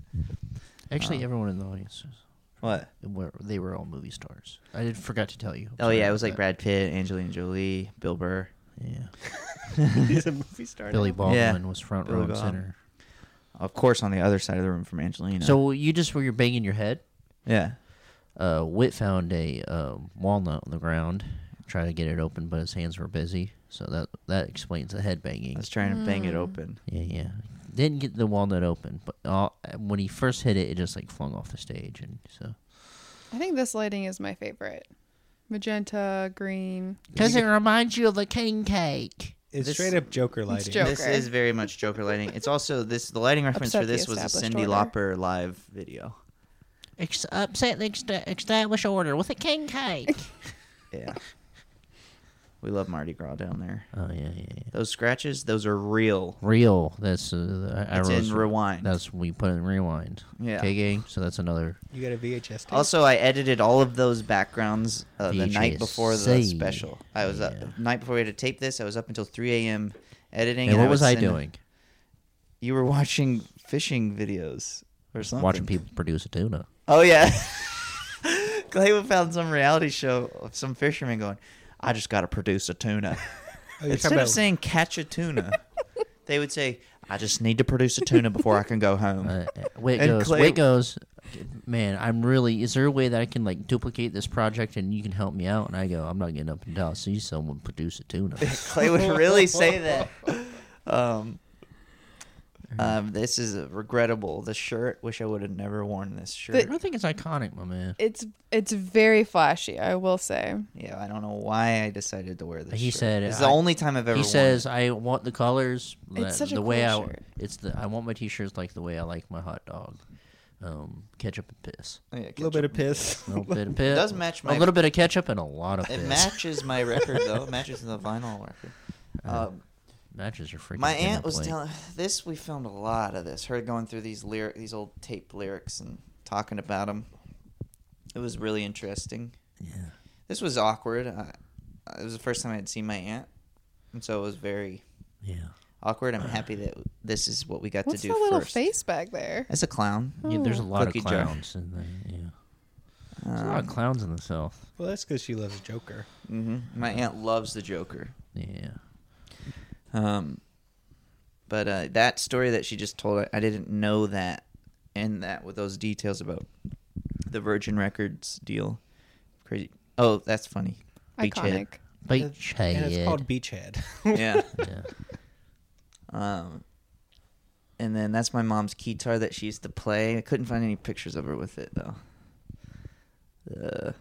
D: Actually,
B: Uh,
D: everyone in the audience,
B: What?
D: were, they were all movie stars. I did, forgot to tell you. I'm
B: Oh
D: sorry
B: yeah, it
D: about
B: was like
D: that.
B: Brad Pitt, Angelina Jolie, Bill Burr.
D: Yeah,
F: (laughs)
D: (laughs)
F: He's a movie star.
D: Billy
F: now.
D: Baldwin
B: Yeah.
D: was front
B: Billy
D: row and
B: Bob.
D: center.
B: Of course, on the other side of the room from Angelina.
D: So you just were you banging your head?
B: yeah.
D: uh, Whit found a um, walnut on the ground, tried to get it open, but his hands were busy, so that that explains the head banging.
B: I was trying to bang it open.
D: yeah, yeah. Didn't get the walnut open, but all, when he first hit it, it just like flung off the stage, and so
E: I think this lighting is my favorite. Magenta, green.
D: because it reminds you of a king cake.
F: It's
B: This-
F: straight up Joker lighting.
E: Joker.
B: This is very much Joker lighting. It's also this. The lighting reference
E: Upset
B: for
E: the
B: this was a
E: established
B: Cindy Lauper
E: order.
B: live video.
D: Ex- upset the ex- established order with a king cake.
E: (laughs)
B: Yeah. we love Mardi Gras down there.
D: (laughs) oh yeah, yeah, yeah.
B: Those scratches, those are real.
D: Real. That's uh, I, I
B: It's
D: wrote-
B: in rewind.
D: That's we put in rewind.
B: Yeah.
D: Okay, gang. So that's another
F: You got a VHS tape?
B: Also, I edited all of those backgrounds uh, the night before the
D: VHS.
B: special. I was up the night before we had to tape this. I was up until 3 a.m. editing.
D: And what
B: would
D: was I
B: send-
D: doing?
B: You were watching fishing videos or something.
D: Watching people produce a tuna.
B: Oh yeah. (laughs) Clay found some reality show of some fisherman going, I just gotta produce a tuna.
F: (laughs) Oh, you're
B: Instead
F: talking
B: of saying catch a
F: (laughs)
B: tuna, they would say, I just need to produce a tuna before I can go home.
D: Uh,
B: (laughs)
D: uh, Wit
B: And
D: goes.
B: Clay-
D: Wit goes. Man, I'm really. Is there a way that I can like duplicate this project and you can help me out? And I go, I'm not getting up and down. See someone produce
B: (laughs)
D: a tuna.
B: Clay would really say
F: (laughs)
B: that. Um,
D: Mm.
B: um, this is regrettable. The shirt, wish I would have never worn this
D: I
B: shirt.
D: don't think it's iconic, my man.
E: It's it's very flashy, I will say.
B: yeah, I don't know why I decided to wear this.
D: He
B: shirt.
D: said
B: it's
D: I-
B: the only time I've ever.
D: He
B: worn
D: says, I want the colors. that-
E: such a
D: the way
E: cool
D: I.
E: shirt.
D: It's the. I want my t-shirts like the way I like my hot dog. Um, ketchup and piss.
B: it. Yeah,
F: a little
B: ketchup.
F: bit of
B: (laughs)
F: piss.
D: A little bit of piss.
B: does match my-
D: A little bit of ketchup and a lot of piss.
B: It matches my record though. It matches the vinyl
D: (laughs)
B: record. Um,
D: matches your freaking.
B: my
D: dinner
B: aunt was
D: plate.
B: telling (sighs) this. We filmed a lot of this. Her going through these lyric, these old tape lyrics, and talking about them. It was really interesting.
D: Yeah.
B: This was awkward. I, it was the first time I had seen my aunt, and so it was very
D: Yeah.
B: awkward. I'm happy that this is what we got
E: What's
B: to
E: the
B: do
E: little
B: first.
E: face back there?
B: It's a clown.
D: Yeah,
E: Hmm.
D: there's a lot
B: Cookie
D: of
B: jar.
D: clowns in the yeah. There's a lot
B: Um,
D: of clowns in the south.
F: (laughs) Well, that's because she loves Joker.
B: hmm My aunt loves the Joker.
D: Yeah.
B: Um, but uh, that story that she just told, I, I didn't know that, and that with those details about the Virgin Records deal, crazy. Oh, that's funny.
E: Iconic.
D: Beachhead.
F: And it's
B: (laughs)
F: called Beachhead. (laughs)
B: Yeah.
D: yeah.
B: Um, and then that's my mom's guitar that she used to play. I couldn't find any pictures of her with it though. Uh,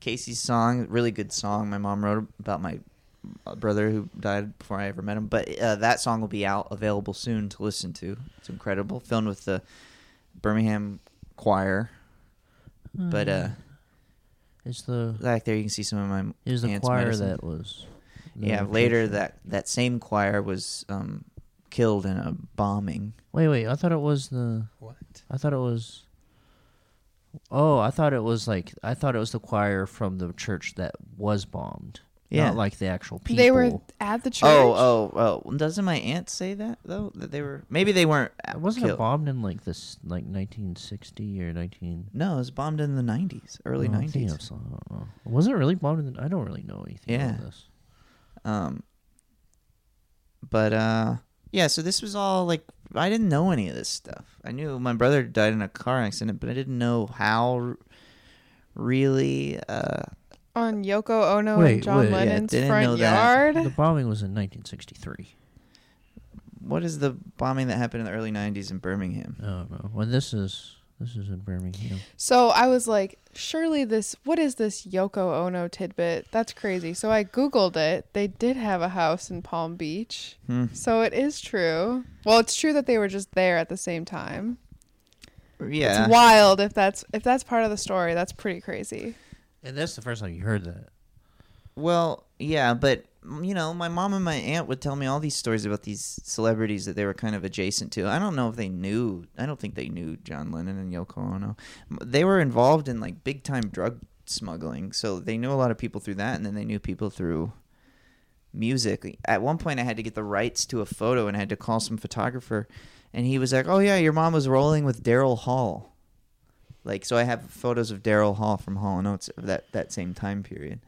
B: Casey's song, really good song. My mom wrote about my uh, brother who died before I ever met him. But uh, that song will be out, available soon to listen to. It's incredible, filmed with the Birmingham choir. (laughs)
D: Mm-hmm.
B: But uh,
D: It's the
B: back there you can see some of my
D: is the
B: aunt's
D: choir
B: medicine.
D: that was. the
B: yeah later
D: location.
B: that that same choir was um, killed in a bombing.
D: Wait, wait. I thought it was the.
F: what?
D: I thought it was. Oh, I thought it was like I thought it was the choir from the church that was bombed.
B: Yeah.
D: Not like the actual people.
E: They were at the church.
B: Oh, oh, oh! Doesn't my aunt say that though? That they were maybe they weren't.
D: It wasn't it
B: killed.
D: bombed in like this, like 1960 or 19.
B: No, it was bombed in the nineties, early
D: Oh, I'm thinking
B: nineties.
D: of some- I don't know. Was it really bombed? In the, I don't really know anything
B: Yeah.
D: about this.
B: Um, but uh, yeah. So this was all like I didn't know any of this stuff. I knew my brother died in a car accident, but I didn't know how. r- Really, uh,
E: on Yoko Ono
D: Wait,
E: and John
D: wait, yeah,
E: Lennon's
B: didn't know
E: front
B: that.
E: yard.
D: The bombing was in 1963.
B: What is the bombing that happened in the early 90s in Birmingham?
D: I don't know. Well, this is this is in Birmingham.
E: So I was like, surely this, what is this Yoko Ono tidbit? That's crazy. So I Googled it. They did have a house in Palm Beach. So it is true. Well, it's true that they were just there at the same time.
B: Yeah.
E: It's wild if that's if that's part of the story. That's pretty crazy.
D: And that's the first time you heard that.
B: Well, yeah, but mm, you know, my mom and my aunt would tell me all these stories about these celebrities that they were kind of adjacent to. I don't know if they knew. I don't think they knew John Lennon and Yoko Ono. M- They were involved in like big time drug smuggling, so they knew a lot of people through that, and then they knew people through music. At one point, I had to get the rights to a photo, and I had to call some photographer, and he was like, "Oh yeah, your mom was rolling with Daryl Hall." Like, so I have photos of Daryl Hall from Hall and Oates of that that same time period.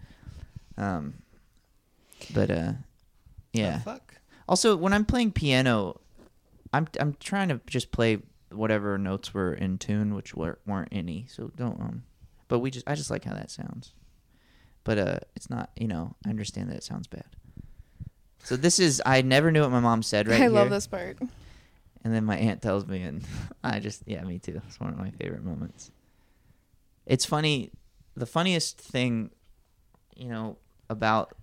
B: Um, but uh, yeah.
F: Fuck.
B: Also, when I'm playing piano, I'm I'm trying to just play whatever notes were in tune, which were, weren't any. So don't um. But we just I just like how that sounds. But uh, it's not you know I understand that it sounds bad. So this is I never knew what my mom said right
E: (laughs) I love
B: here.
E: this part.
B: And then my aunt tells me, and (laughs) I just, yeah, me too. It's one of my favorite moments. It's funny. The funniest thing, you know, about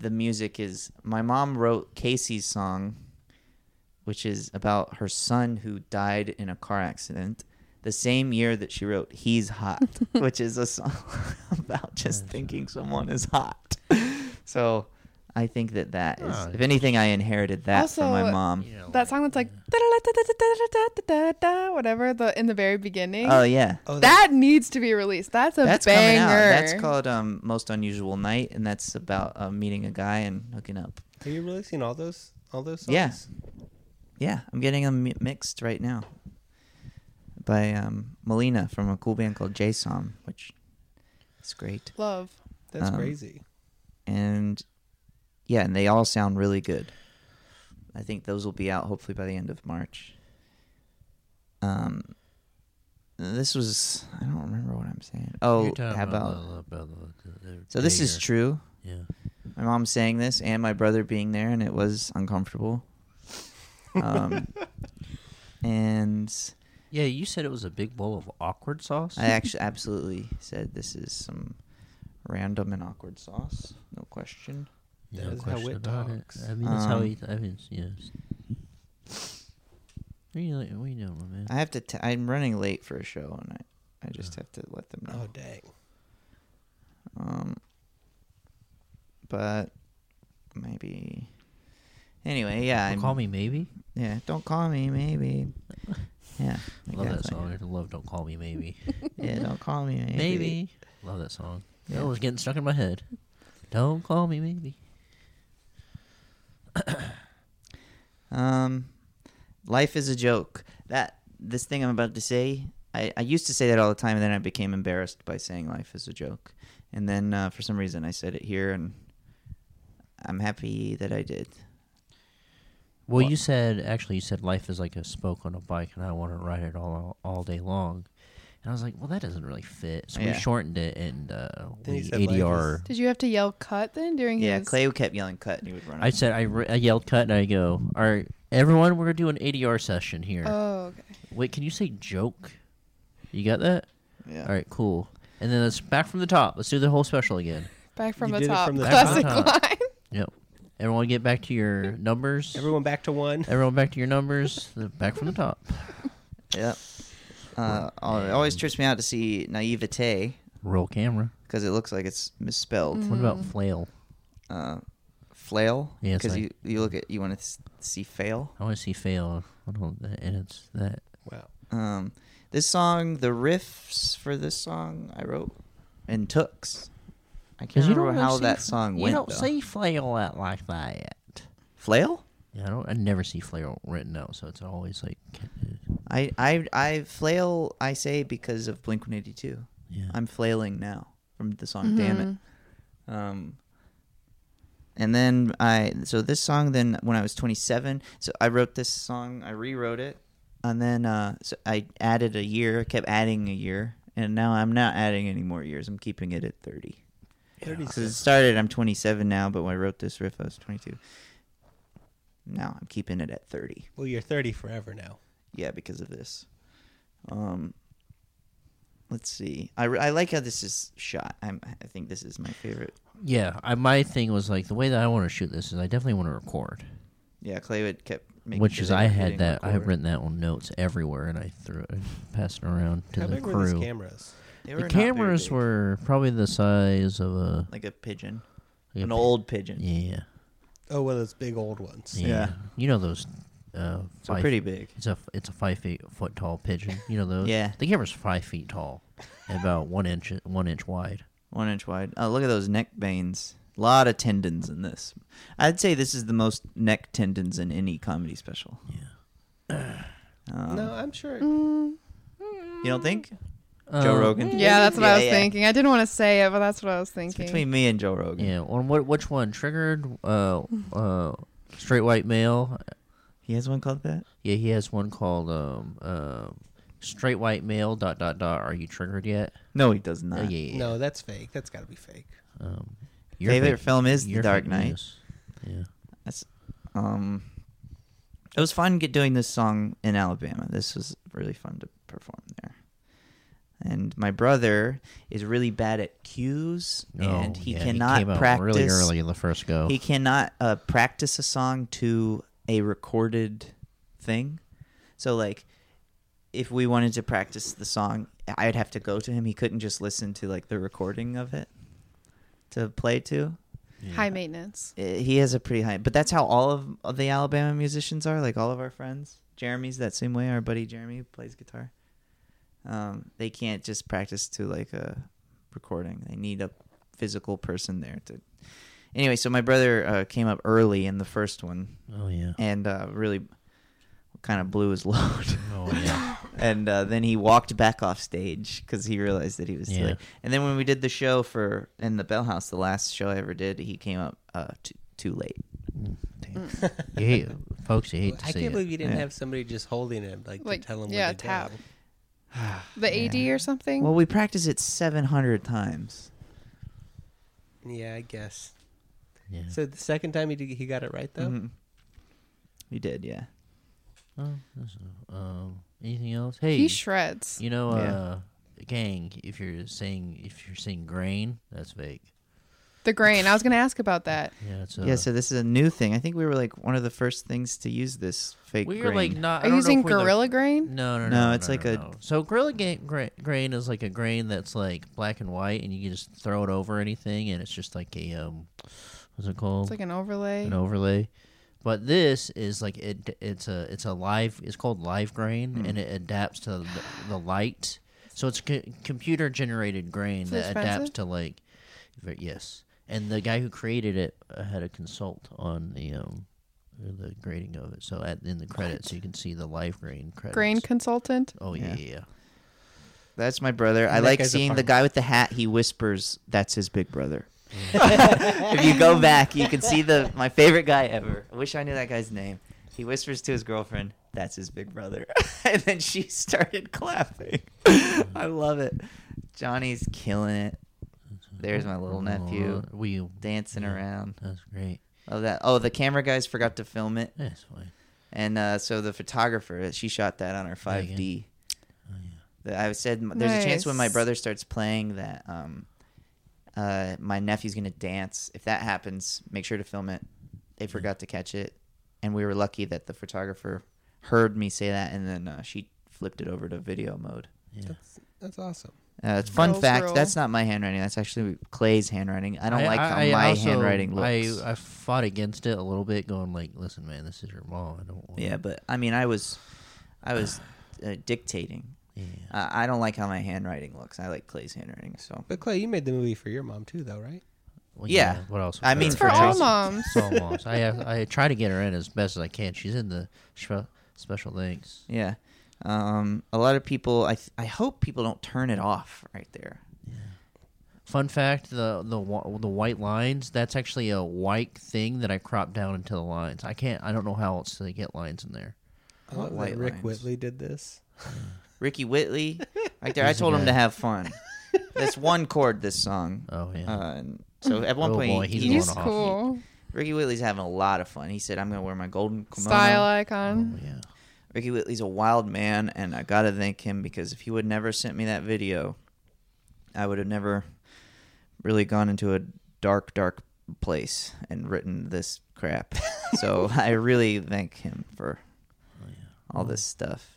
B: the music is my mom wrote Casey's song, which is about her son who died in a car accident the same year that she wrote He's Hot, which is a song (laughs) about just thinking someone is hot. (laughs) So I think that that is,
D: Oh.
B: if anything, I inherited that from my
E: Also,
B: mom.
D: You know,
E: That song that's like da-da-da-da-da-da-da-da-da, whatever the in the very beginning.
B: Oh, yeah.
F: Oh, that,
E: that needs to be released. That's a
B: that's coming
E: banger.
B: out. That's called um, "Most Unusual Night," and that's about uh, meeting a guy and hooking up.
F: are you releasing all those all those songs?
B: Yeah. Yeah, I'm getting them mi- mixed right now by um, Melina from a cool band called JSOM, which is great.
E: Love.
F: That's
B: Um,
F: crazy.
B: And yeah, and they all sound really good. I think those will be out hopefully by the end of March. Um, this was I don't remember what I'm saying. Oh,
D: you're talking
B: how about
D: about the- about the- the-
B: so this is
D: Jaeger.
B: true.
D: Yeah.
B: my mom saying this and my brother being there and it was uncomfortable
D: (laughs)
B: um, and
D: Yeah, you said it was a big bowl of awkward sauce.
B: i actually absolutely said this is some random and awkward sauce no question
D: no
F: That is how
D: question
F: it
D: about
F: talks.
D: it. I mean, that's how
B: Um,
D: he. I mean, it's- yes. What are you, like- what are you doing, my man?
B: i have to t- i'm running late for a show and i, I just have to let them know
F: Oh dang.
D: Oh.
B: um, but maybe anyway yeah
D: Don't
B: I'm,
D: call me maybe.
B: yeah don't call me
D: (laughs)
B: maybe yeah
D: I love that
B: exactly.
D: song. I love "Don't Call Me Maybe."
B: yeah don't call
D: (laughs)
B: me maybe,
D: maybe. Love that song.
B: Yeah.
D: That was getting stuck in my head. Don't call me maybe.
B: Um, life is a joke. That this thing I'm about to say, I, I used to say that all the time, and then I became embarrassed by saying life is a joke. And then uh, for some reason, I said it here, and I'm happy that I did.
D: Well,
B: What?
D: you said actually you said life is like a spoke on a bike, and I want to ride it all all day long. And I was like, well, that doesn't really fit. So
B: Yeah.
D: we shortened it and uh,
F: Then
D: we
F: you said life
D: ADR.
E: Did you have to yell cut then during
B: Yeah,
E: his?
B: Clay kept yelling cut, and he would run.
D: I said I, re- I yelled cut and I go, all right, everyone, we're gonna do an ADR session here.
E: Oh, okay.
D: Wait, can you say joke? You got that?
B: yeah.
D: All right, cool. And then let's back from the top. Let's do the whole special again.
E: Back from
F: You
E: the
F: did it
E: top.
F: from the
E: Classic
D: top.
E: (laughs) line.
D: Yep. Everyone, get back to your numbers.
F: Everyone back
B: (laughs)
F: to one.
D: Everyone back to your numbers. The- back from the top.
B: Yep. Uh, al- it always trips me out to see naivete
D: Roll camera.
B: because it looks like it's misspelled.
D: What about flail?
B: Uh, flail,
D: Yeah, it's
B: because
D: like-
B: you, you look at you want to see fail.
D: I want to see fail. I don't, and it's that.
F: Wow.
B: Um, this song, the riffs for this song, I wrote and Tooks. I can't remember how that song
D: you
B: went.
D: don't
B: though.
D: see flail out like that.
B: flail.
D: Yeah, I don't. I never see flail written out, so it's always like,
B: I, I I flail. I say because of Blink One Eighty Two.
D: yeah.
B: I'm flailing now from the song. Damn
D: Mm-hmm.
B: it. Um, and then I so this song. Then when I was 27, so I wrote this song. I rewrote it, and then uh, so I added a year. I kept adding a year, and now I'm not adding any more years. I'm keeping it at 30. Because it started, I'm 27 now, but when I wrote this riff, I was 22. Now I'm keeping it at 30.
F: Well, you're 30 forever now.
B: Yeah, because of this. Um, let's see. I, I like how this is shot. I'm, I think this is my favorite.
D: Yeah, I, my thing was like the way that I want to shoot this is I definitely want to record,
B: Yeah, Claywood kept making
D: which
B: sure
D: is
B: they
D: I
B: kept
D: had
B: hitting
D: that I
B: record.
D: had written that on notes everywhere and I threw it, passed it around to
F: How
D: the
F: big were these
D: crew.
F: cameras?
B: They were
D: the
B: not very
D: cameras
B: big.
D: were probably the size of a
B: like a pigeon,
D: like a
B: an
D: pi-
B: old pigeon.
D: yeah,
F: Oh, one of those big old ones.
D: yeah
B: Yeah.
D: you know those uh
B: So
D: five-
B: pretty big.
D: it's a it's a five feet foot tall pigeon you know those
B: Yeah.
D: the camera's five feet tall and about one inch one inch wide
B: One inch wide. Oh, look at those neck veins. A lot of tendons in this. I'd say this is the most neck tendons in any comedy special.
F: No, I'm sure.
E: Mm.
B: You don't think? Joe
D: Uh,
B: Rogan?
E: Yeah, that's what I was
B: Um, yeah.
E: thinking. I didn't want to say it, but that's what I was
B: It's
E: thinking.
B: between me and Joe Rogan.
D: yeah on what which one triggered uh uh straight white male
B: He has one called that?
D: Yeah, he has one called um, um, straight white male dot dot dot. Are you triggered yet?
B: Uh, No, he does
D: Oh,
B: not.
D: yeah, yeah, yeah.
F: No, that's fake. That's got to be fake.
D: Um,
B: Favorite
D: fake-
B: film is The
D: your
B: Dark
D: fake
B: Knight.
D: news. Yeah,
B: That's, um, it was fun get doing this song in Alabama. This was really fun to perform there. And my brother is really bad at cues, and
D: Oh,
B: he
D: yeah,
B: cannot
D: came out
B: practice.
D: really early in the first go.
B: He cannot uh, practice a song to a recorded thing. So, like, if we wanted to practice the song, I'd have to go to him. He couldn't just listen to like the recording of it to play to
E: High maintenance.
B: uh, he has a pretty high but that's how all of, of the alabama musicians are like all of our friends jeremy's that same way our buddy jeremy who plays guitar um, they can't just practice to like a recording they need a physical person there to anyway so my brother uh, came up early in the first one
D: oh yeah.
B: and uh, really kind of blew his (laughs) load
D: Oh yeah.
B: and uh, then he walked back off stage because he realized that he was too
D: Yeah.
B: late. And then when we did the show for in the Bell House, the last show I ever did, he came up uh, too, too late.
D: Damn. you hate, folks, you hate to
F: I
D: see
F: can't
D: it.
F: believe you didn't
B: Yeah.
F: have somebody just holding it, like,
E: Like,
F: to tell him.
E: yeah,
F: where to
E: tap.
F: Go. (sighs)
E: The AD or something.
B: Well, we practiced it 700 times.
F: Yeah, I guess.
D: Yeah. Mm-hmm.
F: So the second time he did, he got it right though.
B: Mhm. We did, yeah.
D: Oh, that's, um, anything else? Hey,
E: he shreds.
D: you know,
B: Yeah.
D: uh, gang, if you're saying if you're saying grain, that's fake.
E: The grain. I was going to ask about that.
D: Yeah, it's a,
F: Uh.
B: yeah, uh, so this is a new thing. I think we were like one of the first things to use this fake
D: we're
B: grain.
D: like not. I
E: Are
D: don't
E: you
D: know
E: using
D: if we're the-
E: gorilla grain?
D: No, no,
B: No,
D: no.
B: it's like a-
D: no. so gorilla ga- gra- grain is like a grain that's like black and white, and you can just throw it over anything, and it's just like a um, what's it called?
E: It's like an overlay.
D: an overlay. But this is like it. It's a it's a live. It's called live grain,
B: Hmm.
D: and it adapts to the, the light. So it's co- computer generated grain
E: Is it
D: that adapts
E: expensive?
D: to like, ver- yes. And the guy who created it uh, had a consult on the um, the grading of it. So at in the credits, you can see the live grain credits.
E: Grain consultant.
D: Oh yeah, yeah. yeah.
B: That's my brother. I
F: that
B: like
F: guy's a
B: seeing the
F: farmer.
B: guy with the hat. He whispers, "That's his big
F: (laughs)
B: brother." if you go back, you can see the my favorite guy ever. I wish I knew that guy's name. He whispers to his girlfriend, "That's his big brother," (laughs) and then she started clapping. I love it. Johnny's killing it. There's my little nephew
D: Uh, we
B: dancing around.
D: That's great.
B: Oh, that. Oh, the camera guys forgot to film it,
D: That's fine.
B: and uh, so the photographer she shot that on her 5D.
D: Oh,
B: The- I said m- there's a chance when my
E: Nice.
B: brother starts playing that um, uh, my nephew's gonna dance. If that happens, make sure to film it. They forgot to catch it, and we were lucky that the photographer heard me say that, and then uh, she flipped it over to video mode.
D: Yeah.
F: That's that's awesome.
B: Uh, it's fun
E: Girl,
B: fact.
E: girl.
B: That's not my handwriting. That's actually Clay's handwriting. I don't like how
D: I
B: my
D: also-
B: handwriting looks.
D: I, I fought against it a little bit, going like, "Listen, man, this is your mom. I don't want."
B: yeah, but I mean, I was, I was uh, dictating.
D: Yeah.
B: I I don't like how my handwriting looks. I like Clay's handwriting. So
F: But Clay, you made the movie for your mom too, though, right?
D: Well,
B: Yeah.
D: What else?
B: I mean,
E: It's for
B: For
E: all
B: Jason.
D: (laughs)
E: moms.
D: It's all moms. I have, I try to get her in as best as I can. She's in the spe- special thanks.
B: Yeah. Um, a lot of people, I, th- I hope people don't turn it off right there.
D: Fun fact: the the wa- the white lines. That's actually a white thing that I cropped down into the lines. I can't. I don't know how else they get lines in there.
F: I
B: What
F: love that
B: white
F: Rick
B: lines?
F: Whitley did this.
B: Ricky Whitley, right there. I
D: He's the
B: told him
D: guy. (laughs)
B: to have fun. That's one chord, this song.
D: Oh yeah.
B: Uh, and So at one
D: Oh,
B: point,
D: boy,
B: he-
D: he's
B: he-
D: going
E: He's
D: off.
E: cool.
B: Ricky Whitley's having a lot of fun. He said, "I'm gonna wear my golden kimono."
E: Style icon.
D: Oh, Yeah.
B: Ricky Whitley's a wild man, and I gotta thank him because if he would never sent me that video, I would have never really gone into a dark, dark place and written this
D: (laughs)
B: crap. so I really thank him for
D: Oh,
B: all this stuff.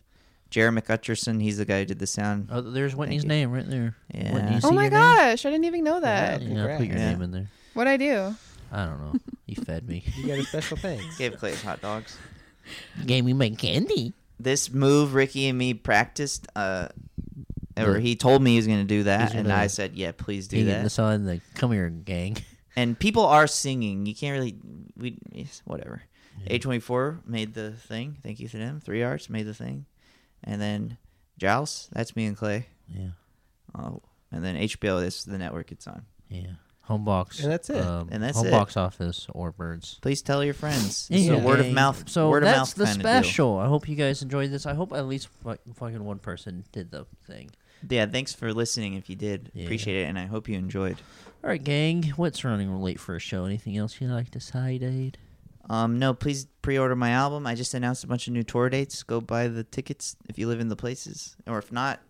B: Jerry McUtcherson, he's the guy who did the sound.
D: Oh, there's Whitney's
B: you.
D: name right there.
B: Yeah.
D: Whitney, you
E: Oh
D: see
E: my
D: your name?
E: gosh, I didn't even know that.
B: Yeah.
D: Yeah, put your
B: Yeah.
D: name in there.
E: What'd I do?
D: I don't know. You fed me.
F: You got
D: (laughs)
F: a special thanks.
B: Gave Clay's hot dogs.
D: Gave me my candy.
B: This move Ricky and me practiced, uh, or
D: Yeah.
B: he told me he was gonna do that,
D: He's
B: and
D: gonna-
B: I said, "Yeah, please do
D: He
B: that."
D: saw in the come here gang.
B: and people are singing. You can't really we it's whatever. A twenty four made the thing. Thank you to them. Three Arts made the thing, and then Jouse. That's me and Clay.
D: Yeah.
B: Oh, and then HBO. This is the network it's on.
D: Yeah. Home box.
F: And that's it.
D: Um,
B: And that's
D: home
B: it.
D: box office or birds.
B: Please tell your friends. It's a word of mouth.
D: So
B: word
D: that's
B: of mouth
D: the
B: kinda
D: special. I hope you guys enjoyed this. I hope at least fu- fucking one person did the thing.
B: Deal. Yeah. Thanks for listening. If you did,
D: Yeah.
B: appreciate it, and I hope you enjoyed.
D: All right, gang. What's running late for a show? Anything else you'd like to side aid?
B: Um, no, please pre-order my album. I just announced a bunch of new tour dates. Go buy the tickets if you live in the places, or if not,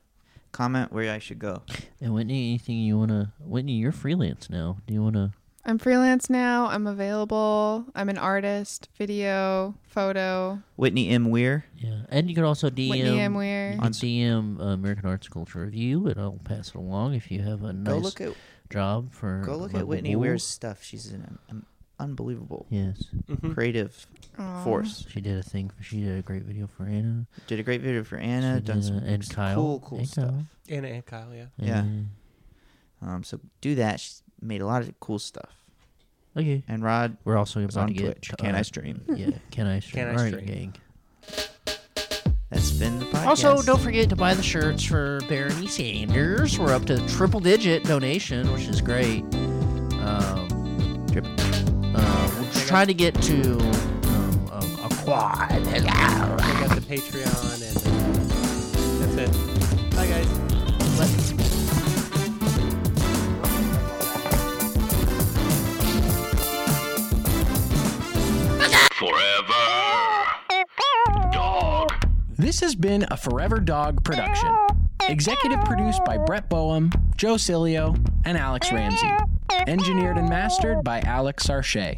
B: comment where I should go.
D: And Whitney, anything you wanna? Whitney, you're freelance now. Do you wanna?
E: I'm freelance now. I'm available. I'm an artist, video, photo.
B: Whitney M. Weir.
D: Yeah. And you can also DM
E: Whitney M.
D: You
E: Weir.
D: can DM uh, American Arts and Culture Review, and I'll pass it along if you have a nice
B: Go look at
D: job for.
B: Go look
D: Level
B: at Whitney
D: Wool.
B: Weir's stuff. She's an, an unbelievable
D: Yes,
F: Mm-hmm.
B: creative
E: Aw.
B: force.
D: she did a thing. She did a great video for Anna.
B: Did a great video for
D: She
B: Anna. Done
D: did
B: some
D: a- and Kyle.
B: cool, cool
D: and
B: stuff.
D: Kyle.
F: Anna and Kyle, yeah.
B: Yeah.
D: And-
B: Um, so do that. She made a lot of cool stuff.
D: Okay.
B: And Rod,
D: We're also
B: was
D: about
B: on
D: to get. uh, Hmm.
B: Twitch. Can I
D: (laughs)
B: stream?
D: Yeah. Can
B: (laughs)
D: I stream?
F: I
D: All right,
F: stream?
D: gang.
B: that's been the podcast.
D: Also, don't forget to buy the shirts for Barry Sanders. We're up to triple digit donation, which is great. Um, trip- uh, we're just trying to get to um, a, a quad.
F: I got the Patreon and uh, that's it. Bye guys.
J: This has been a Forever Dog production. Executive produced by Brett Boehm, Joe Cilio, and Alex Ramsey. Engineered and mastered by Alex Sarche.